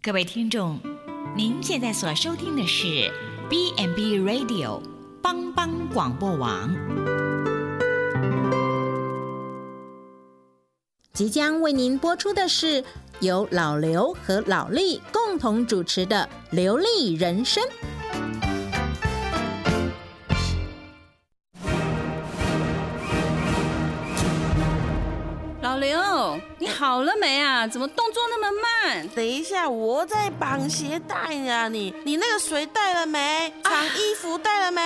各位听众，您现在所收听的是 B n B Radio 帮帮广播网，即将为您播出的是由老刘和老李共同主持的《流利人生》。老刘，你好了没啊？怎么动作那么慢？等一下，我在绑鞋带呀！你你那个水带了没？长啊衣服带了没？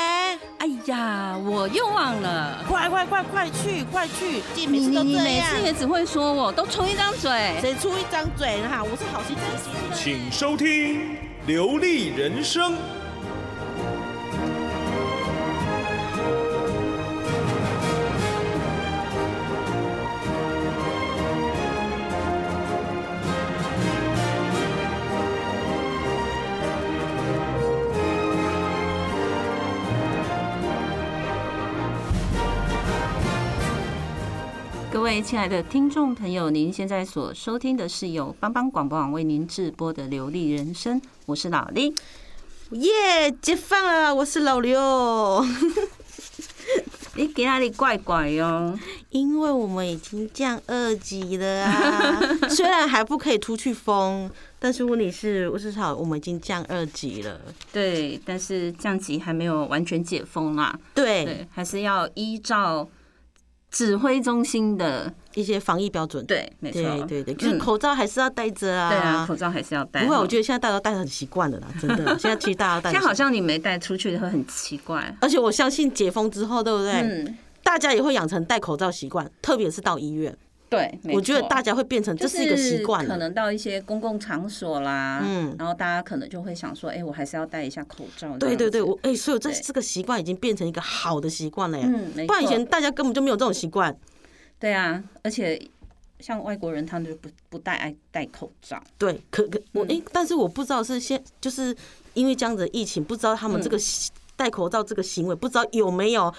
哎呀，我又忘了。快快快快去快去！你每你次你都你这每次也样，只会说我，都出一张嘴。谁出一张嘴哈？我是好心提醒你。请收听《流利人生》。各位亲爱的听众朋友，您现在所收听的是由帮帮广播网为您直播的《流利人生》，我是老李。耶，解放了！我是老刘，你给哪里怪怪哦？因为我们已经降二级了 啊，虽然还不可以出去疯，但是问题是，我至少我们已经降二级了。对，但是降级还没有完全解封啦，对，对，还是要依照指挥中心的，一些防疫标准。对，没错，对对对，就是嗯口罩还是要戴着啊。对啊，口罩还是要戴。不会，我觉得现在大家都戴得很习惯 了啦，真的。现在其实大家都戴得很现在习好，像你没带出去会很奇怪。而且我相信解封之后，对不对？嗯，大家也会养成戴口罩习惯，特别是到医院，对，没我觉得错大家会变成这是一个习惯就是了。可能到一些公共场所啦，嗯然后大家可能就会想说，哎、我还是要戴一下口罩。对对这对，样子我哎、所以这对这个习惯已经变成一个好的习惯了耶。嗯，没不然以错前大家根本就没有这种习惯。对啊，而且像外国人他们就不不戴爱戴口罩，对，可可我嗯哎、但是我不知道是现就是因为这样子的疫情，不知道他们这嗯个习戴口罩这个行为，不知道有没有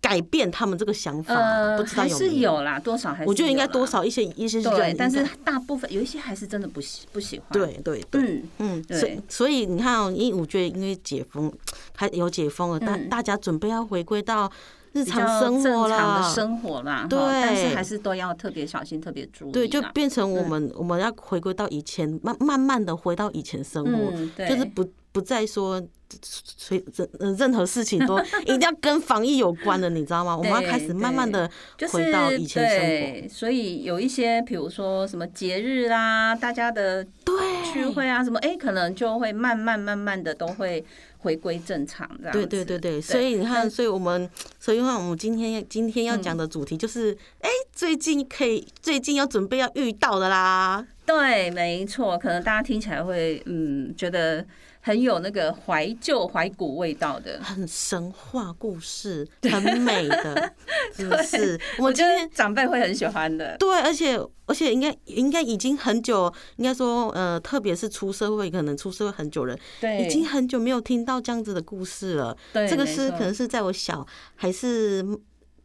改变他们这个想法，不知道呃呃还有没是有啦，多少还是我觉得应该有啦多少一些一些对人，，但是大部分有一些还是真的不喜不喜欢。，对对对，嗯，嗯，对所以所以你看、哦，因为我觉得因为解封，还有解封了，大、嗯大家准备要回归到日比常较生活正常了，的生活啦，哈对但是还是都要特别小心，特别注意啦。对，就变成我们、我们要回归到以前，慢慢慢的回到以前生活，嗯，对，就是不不再说。随任呃任何事情 都一定要跟防疫有关的，你知道吗？我们要开始慢慢的就是回到以前生活。对，所以有一些，比如说什么节日啦、大家的对，聚会啊，什么，哎、可能就会慢慢慢慢的都会回归正常这样子。对对对对，所以你看，所以我们，所以的话，我们今天今天要嗯讲的主题就是，哎、最近可以，最近要准备要遇到的啦，对，没错，可能大家听起来会嗯觉得很有那个怀旧怀古味道的。很神话故事，很美 的，是不是？我我们觉今得天长辈会很喜欢的。对，而且而且应该应该已经很久，应该说，呃，特别是出社会，可能出社会很久人，对，已经很久没有听到这样子的故事了。对这个没是错可能是在我小还是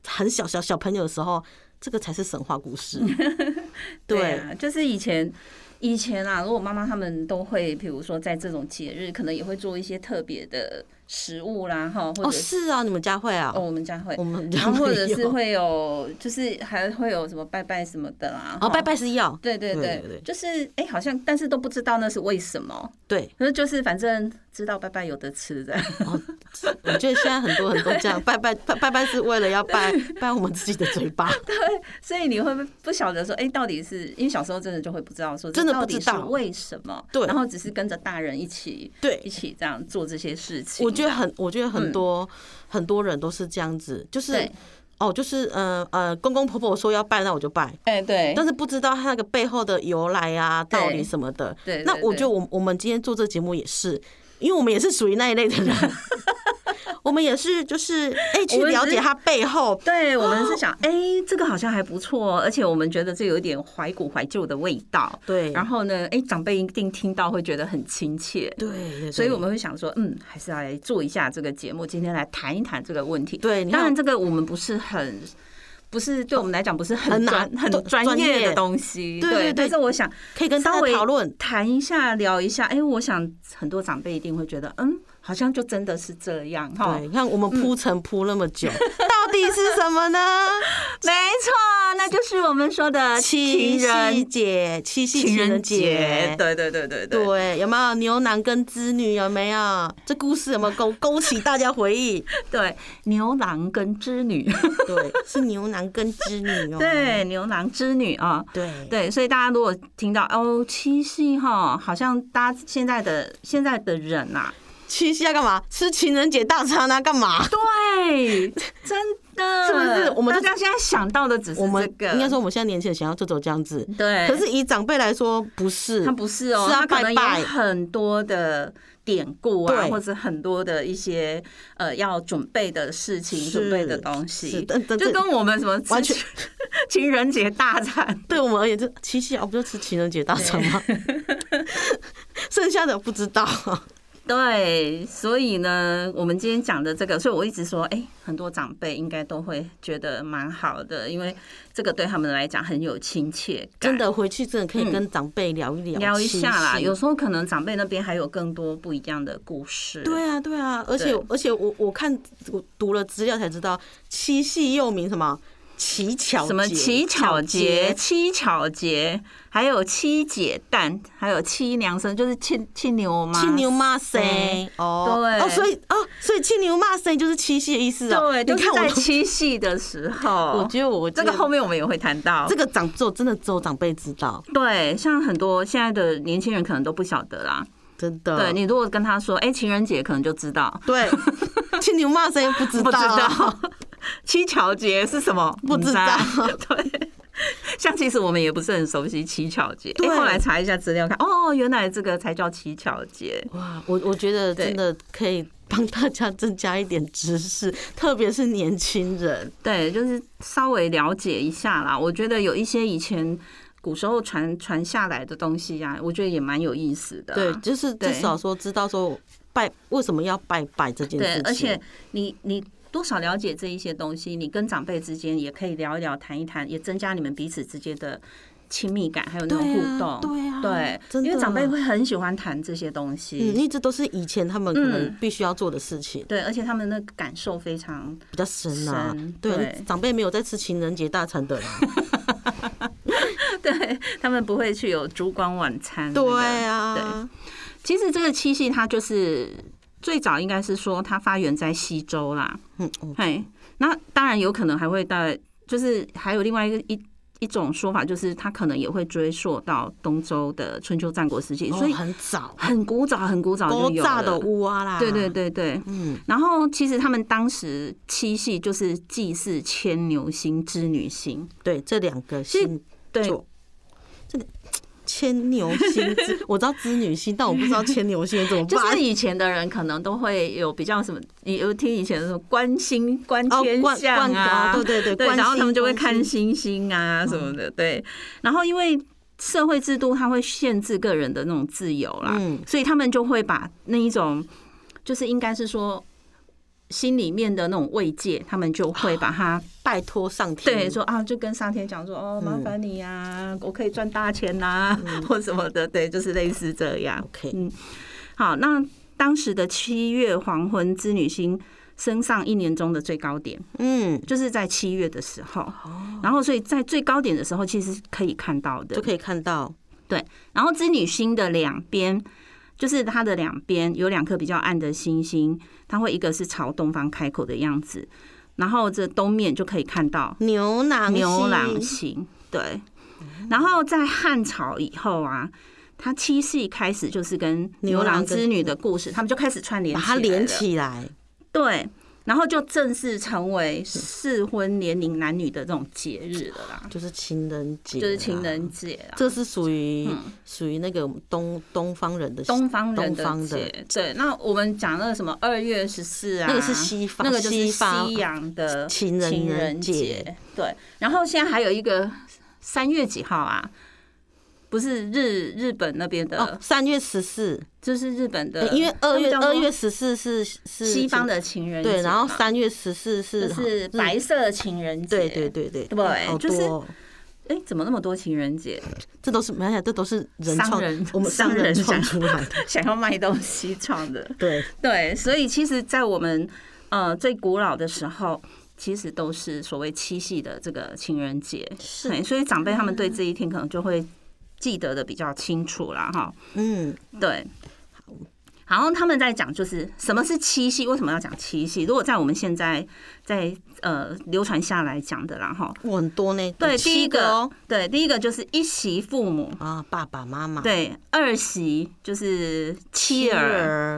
很小小小朋友的时候，这个才是神话故 事。对啊，就是以前。以前啊，如果妈妈他们都会，比如说在这种节日，可能也会做一些特别的食物啦，哈，或者哦，是啊，你们家会啊？哦，我们家会我，们然家后没有或者是会有，就是还会有什么拜拜什么的啦。哦，哈拜拜。是要对对对对对对，就是哎、好像但是都不知道那是为什么， 对。可是就是反正知道拜拜有得吃的，哦，我觉得现在很多很多这样拜拜拜拜拜是为了要 拜拜我们自己的嘴巴，所以你会不不晓得说，哎、到底是因为小时候真的就会不知道说，真的到底不知道是为什么，对然后只是跟着大人一起一对。起这样做这些事情。我觉得很，我觉得很多、很多人都是这样子，就是嗯对，哦，就是呃呃，公公婆婆说要拜，那我就拜，哎、对，但是不知道他那个背后的由来啊、道理什么的。对对那我对觉得我我们今天做这节目也是，因为我们也是属于那一类的 人，我们也是就是哎、去我们了只解是他背后，对我们是想，哎、这个好像还不错，而且我们觉得这有一点怀古怀旧的味道。对，然后呢，哎、长辈一定听到会觉得很亲切。对对，对所以我们会想说，嗯，还是来做一下这个节目，今天来谈一谈这个问题。对你看当然这个我们不是很。不是对我们来讲不是很很专难很对专专业业的东西，对对对但是我想可以跟大稍家微讨论。谈一下聊一下，哎、我想很多长辈一定会觉得，嗯，好像就真的是这样哈。对，你看我们嗯铺陈铺那么 久，到底是什么呢？没错，那就是我们说的七啊情夕人节，七夕情人节。对对对对对。对，有没有牛郎跟织女？有没有这故事有没有勾勾起大家回忆？对，牛郎跟织女， 对，是牛郎跟织女哦。对，牛郎织女啊、对对，所以大家如果听到哦七夕哈，好像大家现在的现在的人呐、啊，七夕要干嘛？吃情人节大餐啊？干嘛？对，真的，是不是我们大就家现在想到的只 是我们这个，应该说我们现在年轻人想要就走这样子，对，可是以长辈来说不是，他不是哦，是啊他可能有拜拜很多的典故啊，对或者很多的一些呃要准备的事情、是准备的东西是但，但就跟我们什么完全吃情人节大餐，对我们而言，这七夕啊，不就吃情人节大餐吗？ 剩下的不知道，对，所以呢，我们今天讲的这个，所以我一直说，哎、很多长辈应该都会觉得蛮好的，因为这个对他们来讲很有亲切感，真的回去真的可以跟长辈聊一聊，嗯聊一下啦。七夕有时候可能长辈那边还有更多不一样的故事，对啊，对啊，而且对而且我我看我读了资料才知道，七夕又名什么乞巧节什么乞巧节、，七巧节，还有七姐诞，还有七娘生，就是七七牛妈。七牛骂谁？哦，对哦，所以哦，所以七牛骂谁就是七夕的意思哦。对，就你是看在 我都，七夕的时候。我觉得我哦这个后面我们也会谈到。这个长只有真的只有长辈知道，对，像很多现在的年轻人可能都不晓得啦。真的。对你如果跟他说，哎、情人节可能就知道， 对，七牛骂谁不知不道知啊，道 七巧节是什么？不知道嗯啊 对。像其实我们也不是很熟悉乞巧节，哎对后来查一下资料看，哦，原来这个才叫乞巧节。哇，我我觉得真的可以帮大家增加一点知识，特别是年轻人。对，就是稍微了解一下啦。我觉得有一些以前古时候传传下来的东西啊呀、我觉得也蛮有意思的啊、对，就是对至少说知道说拜为什么要拜拜这件事对情。，而且你你多少了解这一些东西，你跟长辈之间也可以聊一聊、谈一谈，也增加你们彼此之间的亲密感，还有那种对互啊动。对啊真对，的因为长辈会很喜欢谈这些东西。嗯，一直都是以前他们可能嗯必须要做的事情，对，而且他们的感受非常比较深啊。深对，对长辈没有在吃情人节大餐的啦。对，他们不会去有烛光晚餐那个。对 对，啊，其实这个七夕它就是最早应该是说它发源在西周啦，嗯嗯，嘿，那当然有可能还会到，就是还有另外一个一。一种说法就是，它可能也会追溯到东周的春秋战国时期，哦所以很早，很古早、很古早就勾有炸的了。乌啊啦。对对，对对，嗯，然后其实他们当时七夕就是祭祀牵牛星、织女星，对，这两个其实星对座，这里牵牛星之， 我知道织女星，但我不知道牵牛星怎么就办是。以前的人可能都会有比较什么，有听以前的什么观星、观哦天观象观啊，哦对对对对，观然后星他们就会观看星星嗯啊什么的，对。然后因为社会制度它会限制个人的那种自由啦，嗯所以他们就会把那一种，就是应该是说。心里面的那种慰藉，他们就会把它拜托上啊天，对，说啊，就跟上天讲说，哦，麻嗯烦你呀、我可以赚大钱呐、或什么的，对，就是类似这样。 OK 嗯，好，那当时的七月黄昏，织女星升上一年中的最高点，嗯，就是在七月的时候。然后，所以在最高点的时候，其实是可以看到的哦就。可以看到对，然后织女星的两边，就是它的两边有两颗比较暗的星星，它会一个是朝东方开口的样子，然后这东面就可以看到牛郎星哦牛郎星，对。然后在汉朝以后啊，他七夕开始就是跟牛郎织女的故事，他们就开始串联把起来它了，连起来，对，然后就正式成为适婚年龄男女的这种节日了啦，就是情人节，啊就是情人。节啦。这是属于属于那个东东方人的东方人东方的的节，对，那我们讲那个什么二月十四啊，那个是西方那个就是西方西洋的情人情人节节，对。然后现在还有一个三月几号啊？不是日日本那边的，哦，三月十四，就是日本的，因为二月呃他们叫做二月十四是是西方的情人节嘛，对，然后三月十四是就是白色情人节，对对对对对好就是多哦哎、怎么那么多情人节？这都是没想这都是人商创人，我们商人创想出来的，想要卖东西创的，对， 对，所以其实，在我们呃最古老的时候，其实都是所谓七夕的这个情人节，是对所以长辈他们对这一天可能就会记得的比较清楚啦，哈，嗯，对。然后他们在讲就是什么是七夕，为什么要讲七夕？如果在我们现在在呃流传下来讲的啦，哈，我很多呢，对，有第一七个，哦对，第一个就是一媳父母，啊，爸爸妈妈，对，二媳就是妻儿，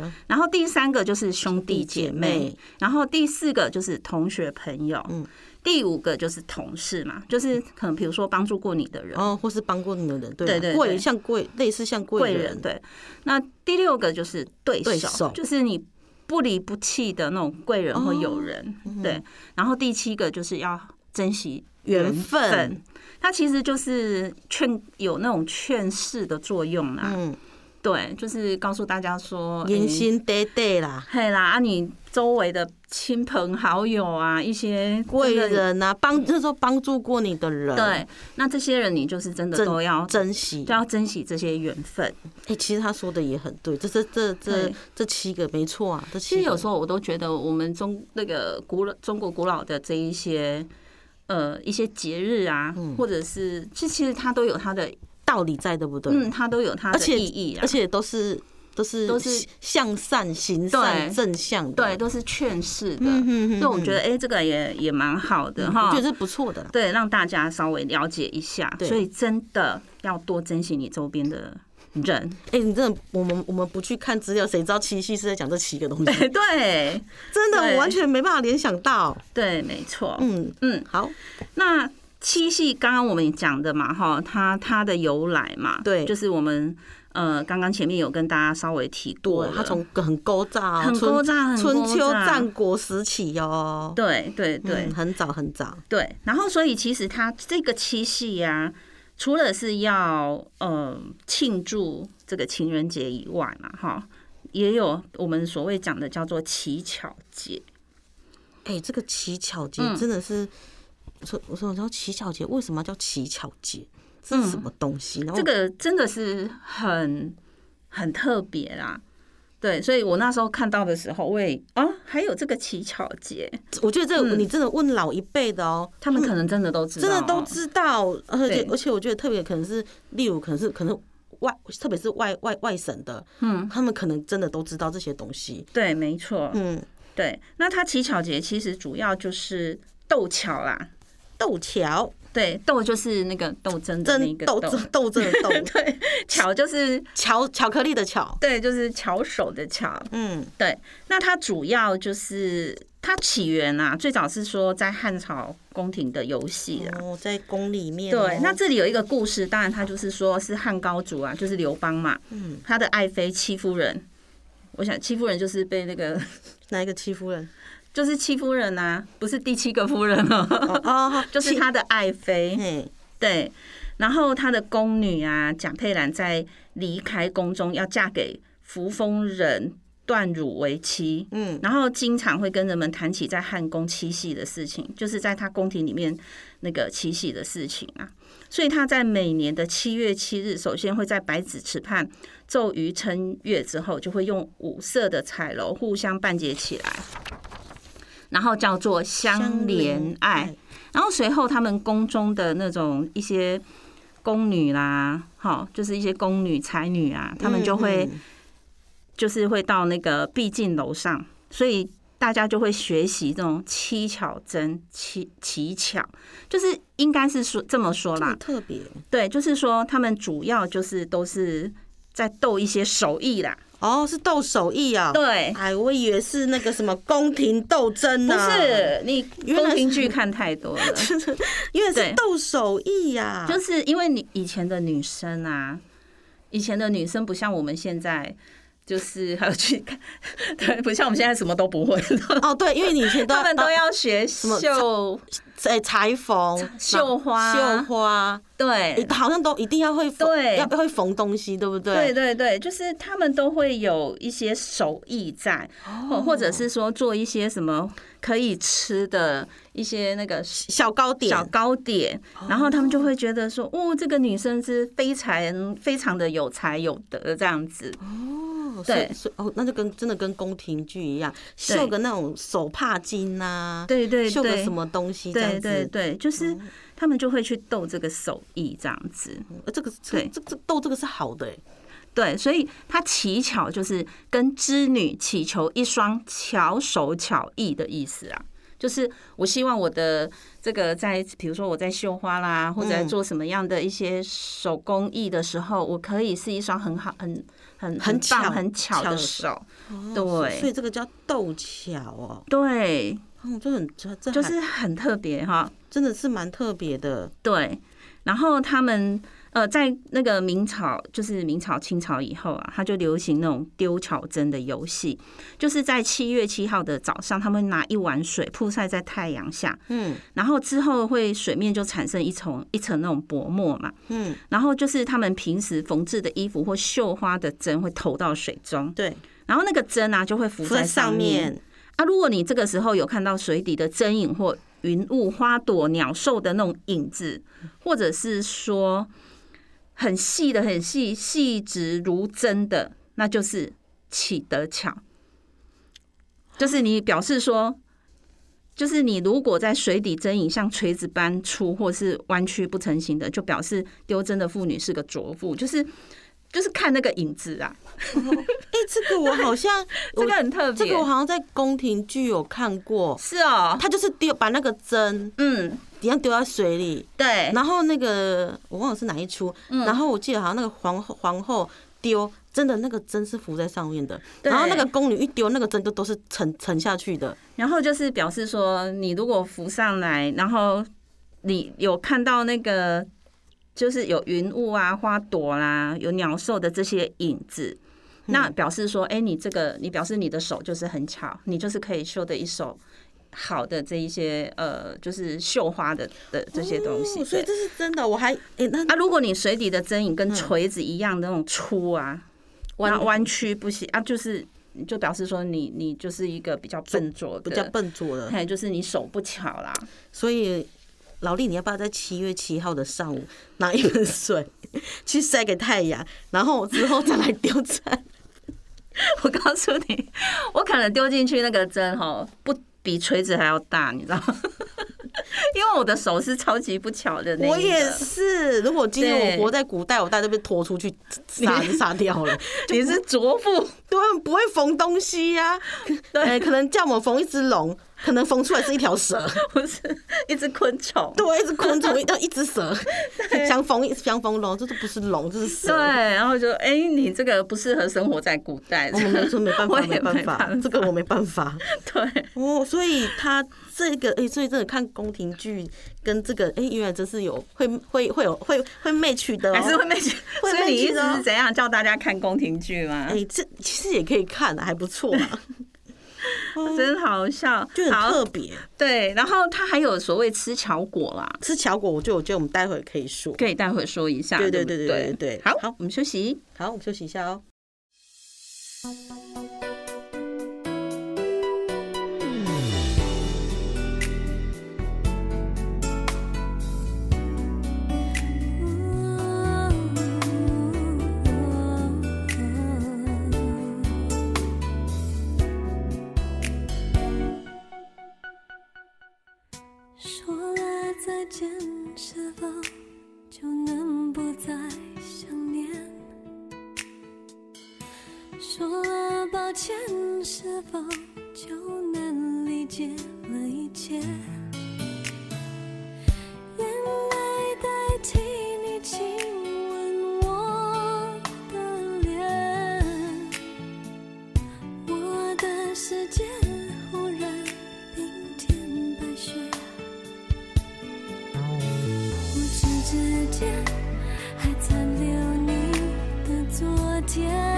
儿，然后第三个就是兄弟弟姐姐妹妹，然后第四个就是同学朋友，嗯第五个就是同事嘛，就是可能比如说帮助过你的人，然哦后或是帮过你的人，对对啦对对贵像贵类似像贵贵人，对。那第六个就是对手，对手就是你不离不弃的那种贵人或友人，哦嗯对。然后第七个就是要珍惜缘分分，它其实就是劝有那种劝世的作用啦、啊嗯，对，就是告诉大家说，言诶心爹爹啦，嘿啦，啊，你周围的亲朋好友啊，一些贵真的，人啊，帮那时候帮助过你的人，，对，啊那这些人你就是真的珍都要珍惜就。要珍惜这些缘分。哎、其实他说的也很对，这这这这对这七个没错啊，这其七实个有时候我都觉得，我们中那个古老中国古老的这一些呃一些节日啊，或者是其其实它都有它的，道理在，对不对？嗯，它都有它而的且意义啊而，且都是都是都是向善行善对正向的，对，都是劝世的嗯哼。哼所以我觉哼得，哎，这个也也蛮好的哈。我觉得是不错的啦。对，让大家稍微了解一下。对所以真的要多珍惜你周边的 人。哎、你真的，我们我们不去看资料，谁知道七夕是在讲这七个东西？ 对 真的，对我完全没办法联想 到。对，没错。嗯，嗯，好，那七夕刚刚我们也讲的嘛，哈，它它的由来嘛，对就是我们呃刚刚前面有跟大家稍微提过对了，，他从很勾炸、哦，很春勾诈很春勾秋诈战国时期哦，对对嗯对、很早很早，对，然后所以其实它这个七夕呀、除了是要呃庆祝这个情人节以外嘛，哈。也有我们所谓讲的叫做乞巧节，哎、这个乞巧节嗯真的是，我说我说我说乞巧节为什么要叫乞巧节？这是什么东西？然后嗯这个真的是很很特别啦。对，所以我那时候看到的时候，我也啊，还有这个乞巧节，我觉得这个你真的问老一辈的哦，嗯他们可能真的都知道，哦真的都知道，而且对而且我觉得特别可能是，例如可能是可能外，特别是外外外省的，嗯，他们可能真的都知道这些东西，对，没错，嗯，对。那它乞巧节其实主要就是斗巧啦，斗巧，对，斗就是那个斗争的那真个斗斗，争斗争的斗， 对，巧就是巧巧克力的巧，对，就是巧手的巧，嗯，对，那它主要就是它起源啊，最早是说在汉朝宫廷的游戏啊，哦，在宫里面哦，对，那这里有一个故事，当然他就是说是汉高祖啊，就是刘邦嘛，嗯他的爱妃戚夫人，我想戚夫人就是被那个哪一个戚夫人？就是戚夫人啊，不是第七个夫人哦哦，哦，就是戚，他的爱妃，嘿，对，然后他的宫女啊蒋佩兰在离开宫中要嫁给扶风人段汝为妻，嗯，然后经常会跟人们谈起在汉宫七夕的事情，就是在他宫廷里面那个七夕的事情啊。所以他在每年的七月七日，首先会在白子池畔奏于称乐之后，就会用五色的彩楼互相半结起来，然后叫做相连爱。，然后随后他们宫中的那种一些宫女啦，好，就是一些宫女才女啊，他们就会嗯嗯就是会到那个毕竟楼上，所以大家就会学习这种七巧针、七七巧，就是应该是说这么说这么啦，特别对，就是说他们主要就是都是在斗一些手艺啦，哦，是斗手艺啊，，对，哎，我以为是那个什么宫廷斗争啊不呢，，是你原来宫廷剧看太多了。 因为对是斗手艺呀，就是因为你以前的女生啊，以前的女生不像我们现在就是还有去看， 对，不像我们现在什么都不会，哦，对，因为你以前都他们都要要学么绣，哎裁缝、绣花绣花，对你好像都一定要会缝，对要会缝东西，对不对？对对对，就是他们都会有一些手艺在，哦或或者是说做一些什么可以吃的一些那个小糕点，哦小糕点，然后他们就会觉得说，哦，这个女生是非常非常的有才有德这样子，哦所以对所以哦，那就跟真的跟宫廷剧一样，对绣个那种手帕巾呐、对对绣个对什么东西这样对子，嗯对对，就是他们就会去斗这个手艺这样子，呃这个这对这这斗这个是好的、欸，对，所以他乞巧就是跟织女祈求一双巧手巧艺的意思啊。就是我希望我的这个在，比如说我在绣花啦，或者嗯在做什么样的一些手工艺的时候，我可以是一双很好、很很很棒巧很巧巧的的手。所以对这个叫斗巧哦，对，嗯，这很这这就还是很特别哈。真的是蛮特别的，对，然后他们呃，在那个明朝，就是明朝、清朝以后啊，他就流行那种丢巧针的游戏，就是在七月七号的早上，他们拿一碗水曝晒在太阳下，嗯然后之后会水面就产生一层一层那种薄膜嘛，嗯，然后就是他们平时缝制的衣服或绣花的针会投到水中，对，然后那个针啊就会浮浮在在上面面，啊，如果你这个时候有看到水底的针影或云雾、花朵、鸟兽的那种影子，或者是说很细的、很细、细直如针的，那就是起得巧。就是你表示说，就是你如果在水底针影像锤子般粗或是弯曲不成形的，就表示丢针的妇女是个拙妇，就是就是看那个影子啊，哎、这个我好像这我个很特这别。个我好像在宫廷剧有看过，是哦，他就是丢把那个针嗯，一样丢在水里，对，然后那个我忘了是哪一出，然后我记得好像那个皇后皇后丢。真的那个针是浮在上面的，对然后那个宫女一丢，那个针就都是沉沉下去的。然后就是表示说，你如果浮上来，然后你有看到那个就是有云雾啊、花朵啦、有鸟兽的这些影子，那表示说，哎、你这个你表示你的手就是很巧，你就是可以绣的一手好的这一些呃，就是绣花的的这些东西。哦所以对这是真的。我还哎、那啊，如果你水底的针影跟锤子一样的那种粗啊，弯嗯弯曲不行啊，就是就表示说你你就是一个比较笨拙的，比较笨拙了。还有就是你手不巧啦， 所以老李，你要不要在七月七号的上午拿一盆水 去晒给太阳，然后之后再来丢针？我告诉你，我可能丢进去那个针哈，不比锤子还要大，你知道吗？ 因为我的手是超级不巧的 那一个我也是。如果今天对我活在古代，我大家被拖出去杀 杀掉了。你是卓妇，对，啊不会缝东西呀、 对呃可能叫我们缝一只龙，可能缝出来是一条蛇， 不是一只昆虫。对，一只昆虫，一一只蛇，想缝想缝龙，这都不是龙，这是蛇。对，然后就哎、你这个不适合生活在古代，我们农哦村没办法， 我没也办法法，，这个我没办法。对哦，所以他这个，哎、所以真的看宫廷剧跟这个，哎、原来真是有会会会有会会 match 的、哦，还是会被取。会所以你被意取思的哦是怎样？叫大家看宫廷剧吗？哎、这其实也可以看、啊，还不错啊，哦真 好笑，就很好特别。对。然后它还有所谓吃巧果啦，吃巧果，我就我觉得我们待会可以说。可以待会说一下。对对对对不对对对好，好我们休息。好，我们休息一下哦。说了再见，是否就能不再想念？说了抱歉，是否就能理解了一切？眼泪代替你亲吻我的脸。我的世界忽然冰天白雪，无知之间还残留你的昨天。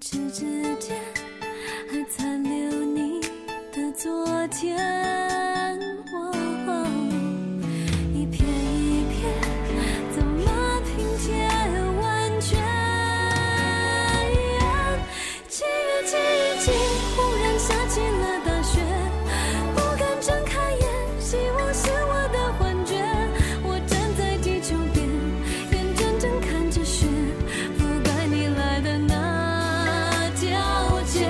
指之间，还残留你的昨天。哦一片一片，怎么拼接完全？七月七日起，忽然下起了大雪，不敢睁开眼，希望是我的幻觉。我站在地球边，眼睁睁看着雪覆盖你来的那条街。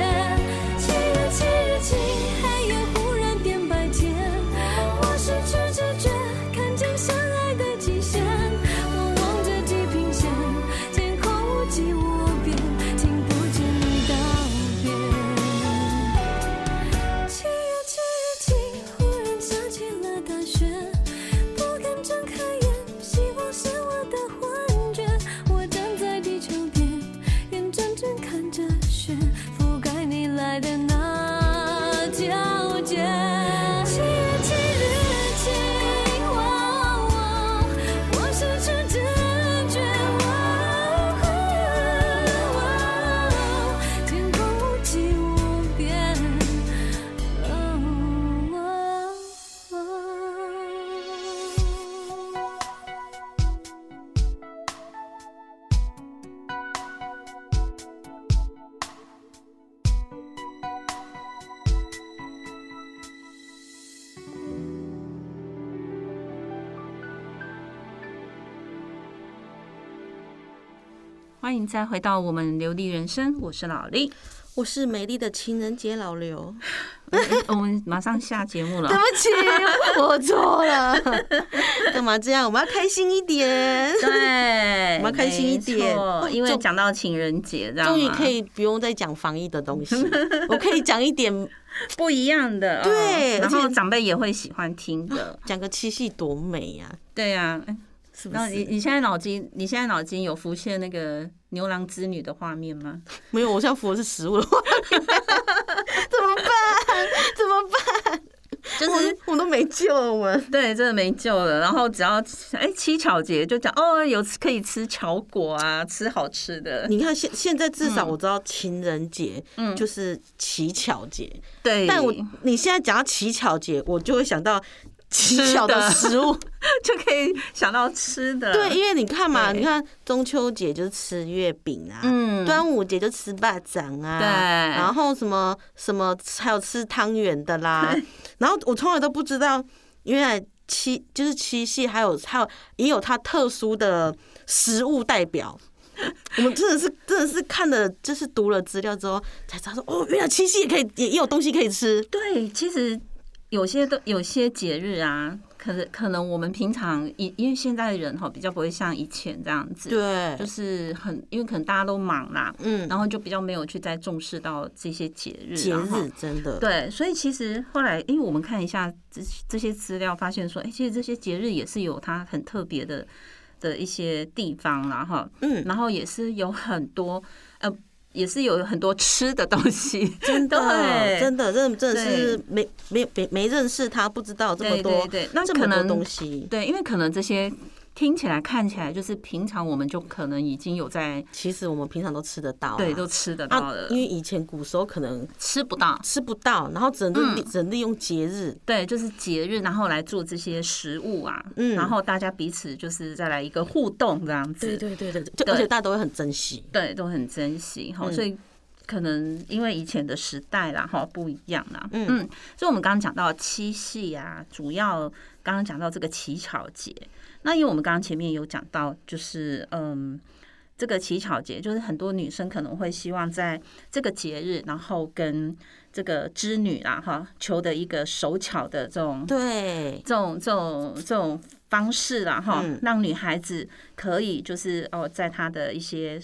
七月七日起，黑夜忽然变白天，我失去知觉，看见相爱的极限。我望着地平线，天空无际无边，听不见你道别。七月七日起，忽然下起了大雪，不敢睁开眼，希望是我的幻觉。我站在地球边，眼睁睁看着雪覆盖你来的那条街。七月七日起，我我失去知觉。天空无际无边。 아,哦哦哦欢迎再回到我们流利人生，我是老 李。我是美丽的情人节老刘，哎我们马上下节目了对，不起，我错了， 干嘛这样？我们要开心一 点，对，我们要开心一点没错因为终讲到情人节，这样终于吗可以不用再讲防疫的东西，我可以讲一点，不一样的，哦对然而后且长辈也会喜欢 听的，讲个七夕多美呀、对呀。哎啊是不然后是？你你现在脑筋，你现在脑筋有浮现那个牛郎织女的画面吗？没有，我像服的是食 物的话，怎么办？怎么办？就是我我都没救了，我们对，真的没救了。然后只要哎七巧节就讲哦，有吃可以吃巧果啊，吃好吃的。你看现现在至少我知道情人节，嗯，就是乞巧节，对，但我你现在讲到乞巧节，我就会想到乞巧的 吃的食物， 就可以想到吃的。对，因为你看嘛，对你看中秋节就是吃月饼啊，嗯端午节就吃霸掌啊，对然后什么什么还有吃汤圆的啦，然后我从来都不知道，原来七就是七夕，还有还有也有它特殊的食物代表。我们真的是真的是看了，就是读了资料之后才知道说，哦，原来七夕也可以，也也有东西可以吃。对，其实有些都有些节日啊，可能可能我们平常因因为现在的人哈比较不会像以前这样子，，对，就是很因为可能大家都忙啦，嗯，然后就比较没有去再重视到这些节日啊节哈日真的，对，所以其实后来，因为我们看一下这这些资料，发现说，哎、其实这些节日也是有它很特别的的一些地方啦，哈，嗯然后也是有很多，呃，也是有很多吃的东西， 真的，对啊真的，真的，真的是对没没没没认识他，不知道这么对多，对对，那这可么多能东西，对，因为可能这些听起来看起来就是平常我们就可能已经有在其实我们平常都吃得到啊，对都吃得到啊了，，因为以前古时候可能吃不到，吃不到，然后只能利只能利用节日，对，就是节日，然后来做这些食物啊，嗯然后大家彼此就是再来一个互动这样子，对对对对，就对而且大家都会很珍惜，对，都很珍惜哈，嗯所以可能因为以前的时代啦哈不一样啦，嗯所以我们刚刚讲到七夕啊，主要刚刚讲到这个乞巧节，那因为我们刚刚前面有讲到，就是嗯。这个乞巧节就是很多女生可能会希望在这个节日，然后跟这个织女啦哈求得一个手巧的这种对，这种这种这种方式啦，哈、嗯让女孩子可以就是哦，在她的一些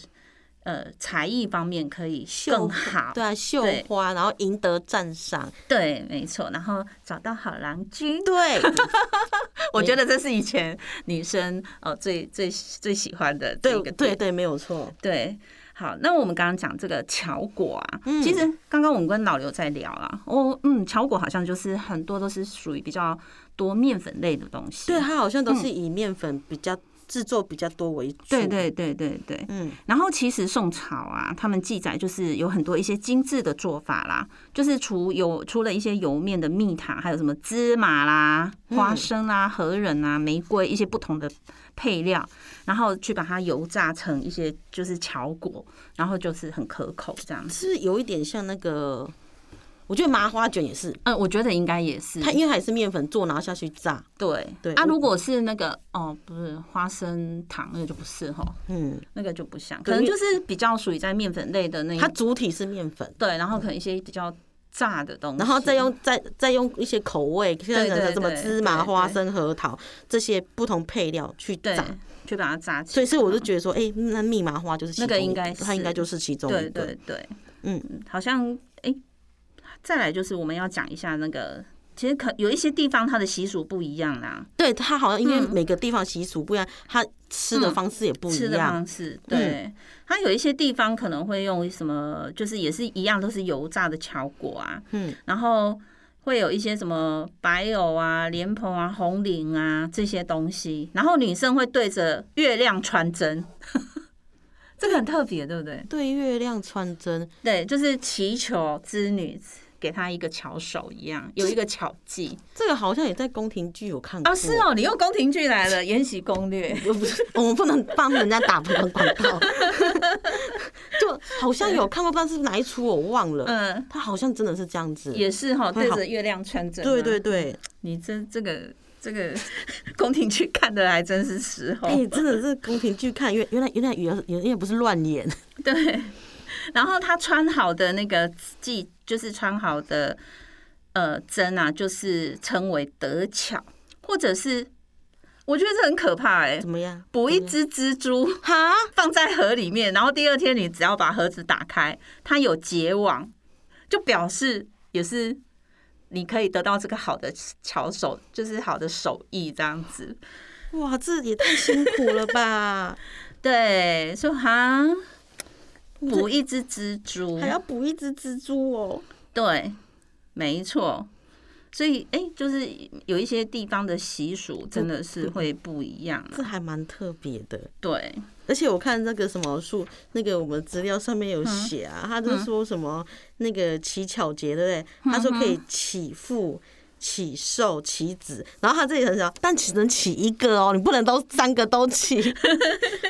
呃才艺方面可以更好，对啊，绣对花，然后赢得赞赏，对没错。然后找到好郎君，对， 我觉得这是以前女生哦最最最喜欢的 这对一个对点对，没有错，对。好，那我们刚刚讲这个巧果啊，嗯其实刚刚我们跟老刘在聊啦，哦，嗯，巧果好像就是很多都是属于比较多面粉类的东西，嗯对，它好像都是以面粉比较制作比较多为主。对，对对对对。嗯，然后其实宋朝啊，他们记载就是有很多一些精致的做法啦，就是除有除了一些油面的蜜糖，还有什么芝麻啦、花生啊、荷仁啊、玫瑰一些不同的配料，然后去把它油炸成一些就是巧果，然后就是很可口这样子。是不是有一点像那个，我觉得麻花卷也是，嗯，我觉得应该也是。它因为它也是面粉做，然后下去炸。对对啊，我如果是那个哦，不是花生糖，那个就不是哈，嗯，那个就不像，可对能因为就是比较属于在面粉类的那一它主体是面粉，对，然后可能一些比较炸的东西，然后再用再再用一些口味，现在对讲的对什么对芝麻、对花对生、核桃这些不同配料去对炸。去把它炸起来。所以，所以我就觉得说，哎、那密码花就是其那个中一应该它应该是就是其中一个。对对对，嗯，好像哎、再来就是我们要讲一下那个。其实可有一些地方它的习俗不一样啦，对它好像因为嗯每个地方习俗不一样，它吃的方式也不吃一的样。方式，对，它有一些地方可能会用什么，就是也是一样都是油炸的巧果啊，嗯，然后会有一些什么白藕啊、莲蓬啊、红菱啊这些东西，然后女生会对着月亮穿 针，这个很特别，对不对？对月亮穿针，对，就是祈求织女给她一个巧手一样，有一个巧技。这个好像也在宫廷剧有看过。哦，是，哦，你又宫廷剧来了，《延禧攻略》我不 是，我们不能帮人家打广告，就好像有看过，但是哪一出我忘了。嗯，它好像真的是这样子。也是哈、对好着月亮啊穿针、对对，对，你这这个这个宫廷剧看的还真是时候。哎、真的是宫廷剧看，原原来原来原原来不是乱演，对，然后她穿好的那个系，就是穿好的呃针啊，就是称为得巧，或者是我觉得这很可怕哎、怎么样？捕一只蜘蛛哈， 放在盒里面，然后第二天你只要把盒子打开，它有结网，就表示也是你可以得到这个好的巧手，就是好的手艺这样子。哇，这也太辛苦了吧！对，说哈，捕一只蜘蛛还要补一只蜘蛛哦。对，没错。所以，哎、就是有一些地方的习俗真的是会不一样、这啊。还蛮特别的。对，而且我看那个什么书，那个我们资料上面有写啊，他就说什么那个乞巧节，对不对？他说可以祈父、祈寿、祈子，然后他这里很少，但只能起一个哦，你不能都三个都起。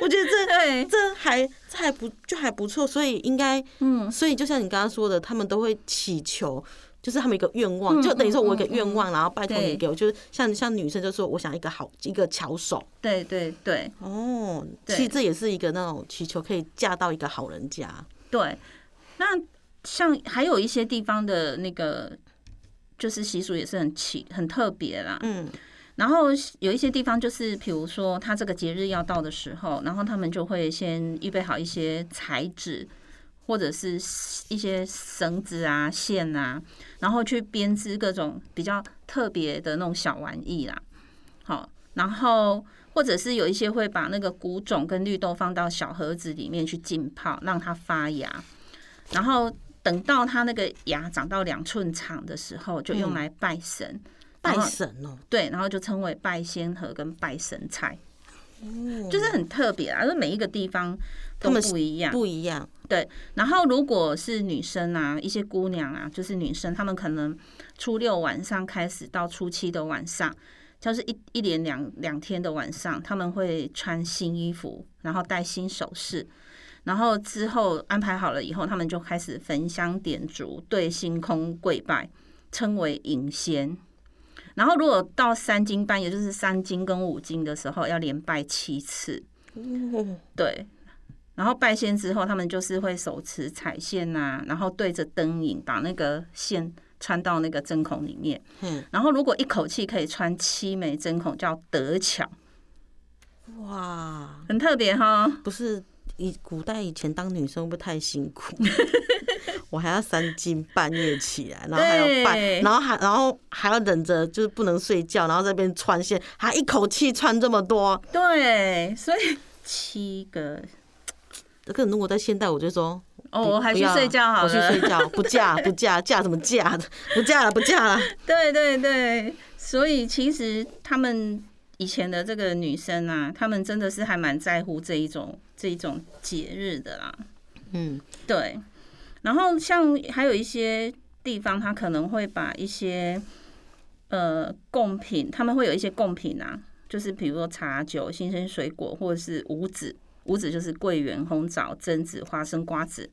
我觉得这对，这还这还不就还不错，所以应该，嗯，所以就像你刚刚说的，他们都会祈求。就是他们一个愿嗯望，就等于说我有一个愿望，然后拜托你对给我，就是像像女生就说我想一个好一个巧手，对，对，对，哦，对其实这也是一个那种祈求可以嫁到一个好人家，对。那像还有一些地方的那个，就是习俗也是很奇、很特别啦。嗯，然后有一些地方就是，比如说他这个节日要到的时候，然后他们就会先预备好一些材质，或者是一些绳子啊、线啊，然后去编织各种比较特别的那种小玩意啦。好，然后或者是有一些会把那个谷种跟绿豆放到小盒子里面去浸泡，让它发芽，然后等到它那个芽长到两寸长的时候，就用来拜神。拜然后神哦，对，然后就称为拜仙河跟拜神菜，就是很特别啊，就是每一个地方哦都他们不一样。不一样，然后如果是女生啊，一些姑娘啊，就是女生，她们可能初六晚上开始到初七的晚上，就是一一连两两天的晚上，她们会穿新衣服，然后戴新首饰。然后之后安排好了以后，她们就开始焚香点烛，对星空跪拜，称为迎仙。然后如果到三更半夜，也就是三更跟五更的时候，要连拜七次。对，然后拜仙之后，他们就是会手持彩线呐、然后对着灯影把那个线穿到那个针孔里面。嗯，然后如果一口气可以穿七枚针孔，叫得巧，哇，很特别哈。不是以古代以前当女生会不会太辛苦？ 我还要三更半夜起来，然后还要拜，对然后还然后还要忍着，就是不能睡觉，然后这边穿线，还一口气穿这么多。对，所以七个这个如果在现代，我就说哦，不我还不去要睡觉好我去睡 了。觉，不嫁不嫁，嫁什么嫁？不嫁了不嫁了。对对对，所以其实他们。以前的这个女生啊，她们真的是还蛮在乎这一种这一种节日的啦。嗯，对，然后像还有一些地方，他可能会把一些呃贡品，他们会有一些贡品啊，就是比如说茶酒、新鲜水果或者是五子，五子就是桂圆、红枣、榛子、花生、瓜子，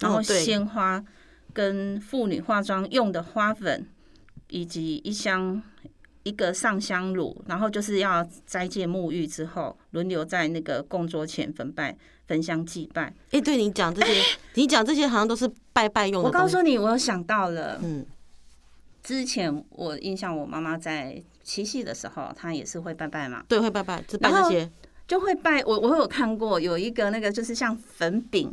然后哦对鲜花跟妇女化妆用的花粉，以及一箱。一个上香炉，然后就是要斋戒沐浴之后，轮流在那个供桌前焚拜、焚香祭拜。哎、对你讲这些，你讲这些好像都是拜拜用的东我告西。诉你，我有想到了。嗯，之前我印象，我妈妈在七夕的时候，她也是会拜拜嘛，对，会拜拜，就拜这些，就会拜。我我有看过有一个那个就是像粉饼，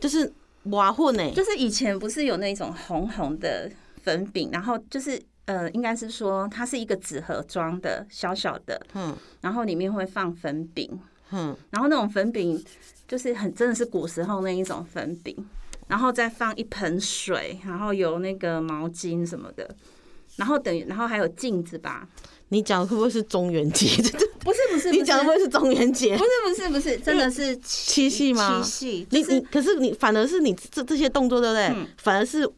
就是瓦混欸呢，就是以前不是有那种红红的粉饼，然后就是呃，应该是说它是一个纸盒装的小小的，嗯然后里面会放粉饼，嗯，然后那种粉饼就是很真的是古时候那一种粉饼，然后再放一盆水，然后有那个毛巾什么的，然后等于然后还有镜子吧？你讲的会不会是中元节？不是不是，你讲的不会不是会是中元节不？是不是不是，真的是七夕吗七夕，你就你是可是你反而是你这这些动作对不对？嗯反而是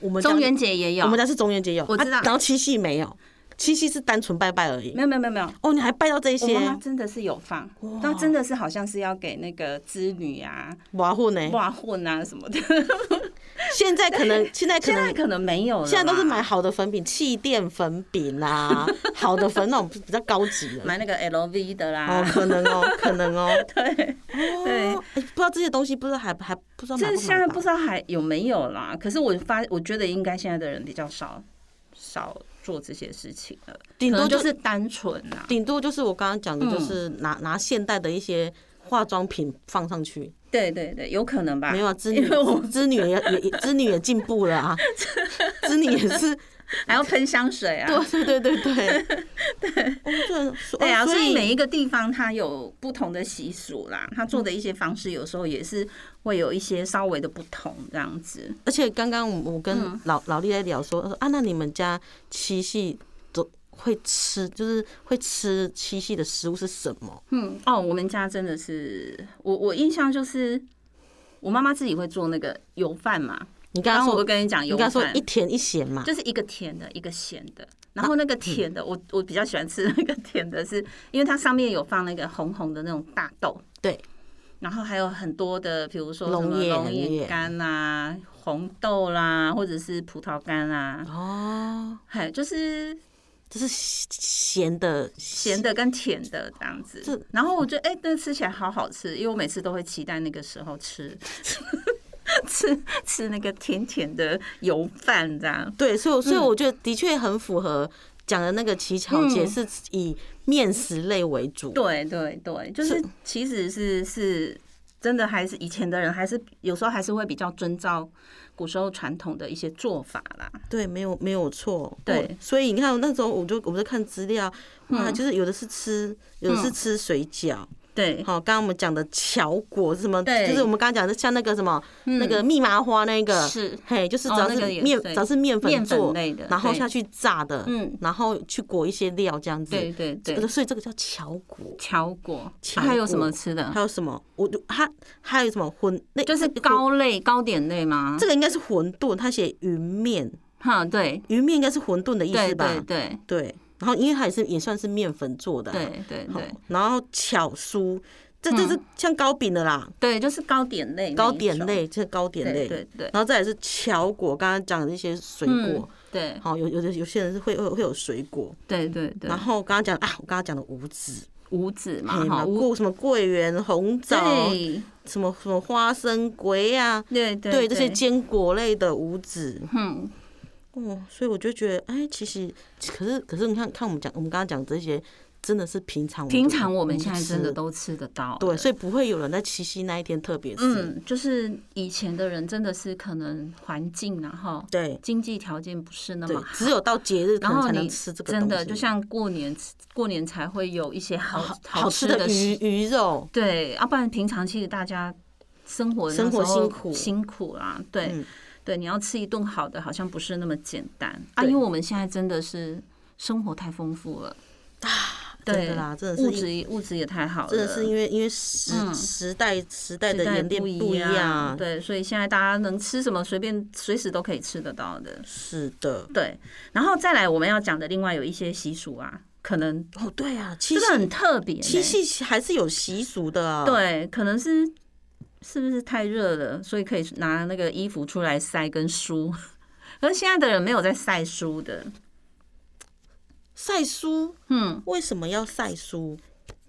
我们家中元节也有，我们家是中元节有，我知道啊然后七夕没有，七夕是单纯拜拜而已没。有没有没有没有。哦，你还拜到这我些妈妈真的是有放，但真的是好像是要给那个织女啊、瓦混呢？挂混啊什么的。 现在可能现在可现能在可能没有了啦，现在都是买好的粉饼，气垫粉饼 啊，好的粉那种 比较高级的。买那个 LV 的哦，啦。可能哦，可能哦。 对，对哦，哎不知道这些东西，不知道还还不知道买这不现在买不到知。道还有没有啦。可是我发，我觉得应该现在的人比较少少做这些事情了，顶可多能就就是单纯啊啦。顶多就是我刚刚讲的，嗯就是拿拿现代的一些化妆品放上去。对对对，有可能吧。没有啊，织因女为我织女也也也织女也进步了啊，织女也是，哦还要喷香水啊。对对对对 对，哦这所对啊，哦所所以以每一个地方它有不同的习俗啦，它做的一些方式有时候也是会有一些稍微的不同这样子。而且刚刚我我嗯跟老老弟在聊说，他说啊，那你们家七夕都会吃，就是会吃七夕的食物是什么？嗯，哦，我们家真的是，我我印象就是我妈妈自己会做那个油饭嘛，你刚刚刚刚我说不跟你讲你油刚刚说饭一，甜一咸嘛，就是一个甜的，一个咸的。然后那个甜嗯的，我我比较喜欢吃那个甜的是，因为它上面有放那个红红的那种大豆，对，然后还有很多的，比如说什龙么眼龙眼干啦、红豆啦，或者是葡萄干啦，哦，还就是这是咸的咸的跟甜的这样子这。然后我觉得哎，那、吃起来好好吃，因为我每次都会期待那个时候吃 吃吃那个甜甜的油饭这样。对，所以我所以嗯我觉得的确很符合讲的那个乞巧节嗯是以面食类为主。对对对，就是其实是是真的，还是以前的人还是有时候还是会比较遵照古时候传统的一些做法啦。对，没有没有错。对哦所以你看那时候我就我们在看资料，哇，嗯就是有的是吃，有的是嗯吃水饺。对，好，刚刚我们讲的巧果是什么？对就是我们刚刚讲的像那个什么嗯那个蜜麻花那个，是嘿，就是哦只要那是个也面对只要是面粉面粉做类的，然后对下去炸的，嗯然后去裹一些料这样子。对对这对个，所以这个叫巧果。巧果，巧啊还有什么果吃的还？有什么？我就它还有什么馄？那就是那糕类、糕点类吗？这个应该是馄饨，它写云面，哈，对云面应该是馄饨的意对思吧？对对对然后因为它也是也算是面粉做的啊、对对好对，嗯然后巧酥，这这是像糕饼的啦，对，就是糕点类那一种，糕点类，这是糕点对类。对对，嗯然后再来是巧果，刚刚讲的一些水果，对好、有有的有些人是会会会有水果，对对对然，后刚刚讲啊，我刚刚讲的五子，五子嘛嘿，嘛哈，五桂什么桂圆、红枣，对什么什么花生、葵啊，对对对这些坚果类的五子，嗯，哦，所以我就觉得，哎，其实可是可是你看看我们讲，我们刚刚讲这些，真的是平常平就常我们不现在嗯真吃的都吃得到的，对，所以不会有人在七夕那一天特别吃。嗯，就是以前的人真的是可能环境然后对经济条件不是那对么，好。只有到节日可然能后才能你吃这个东真西。的就像过年吃，过年才会有一些好好好好吃吃的的食鱼鱼肉，对，啊要、不然平常其实大家生活那生活时候辛苦辛苦啦，对、嗯对，你要吃一顿好的，好像不是那么简单啊，对因为我们现在真的是生活太丰富了，啊真对的啦，真的物是因质物质也太好了，真的是因为因为时呃嗯时代时代的时代演变不一一样，，对，所以现在大家能吃什么，随便随时都可以吃得到的。是的，对，然后再来我们要讲的另外有一些习俗啊，可能哦，对啊，七这夕个很特别、七欸，夕还是有习俗的啊，，对，可能是是不是太热了，所以可以拿那个衣服出来晒跟梳， 而现在的人没有在晒梳的，晒书嗯，为什么要晒书？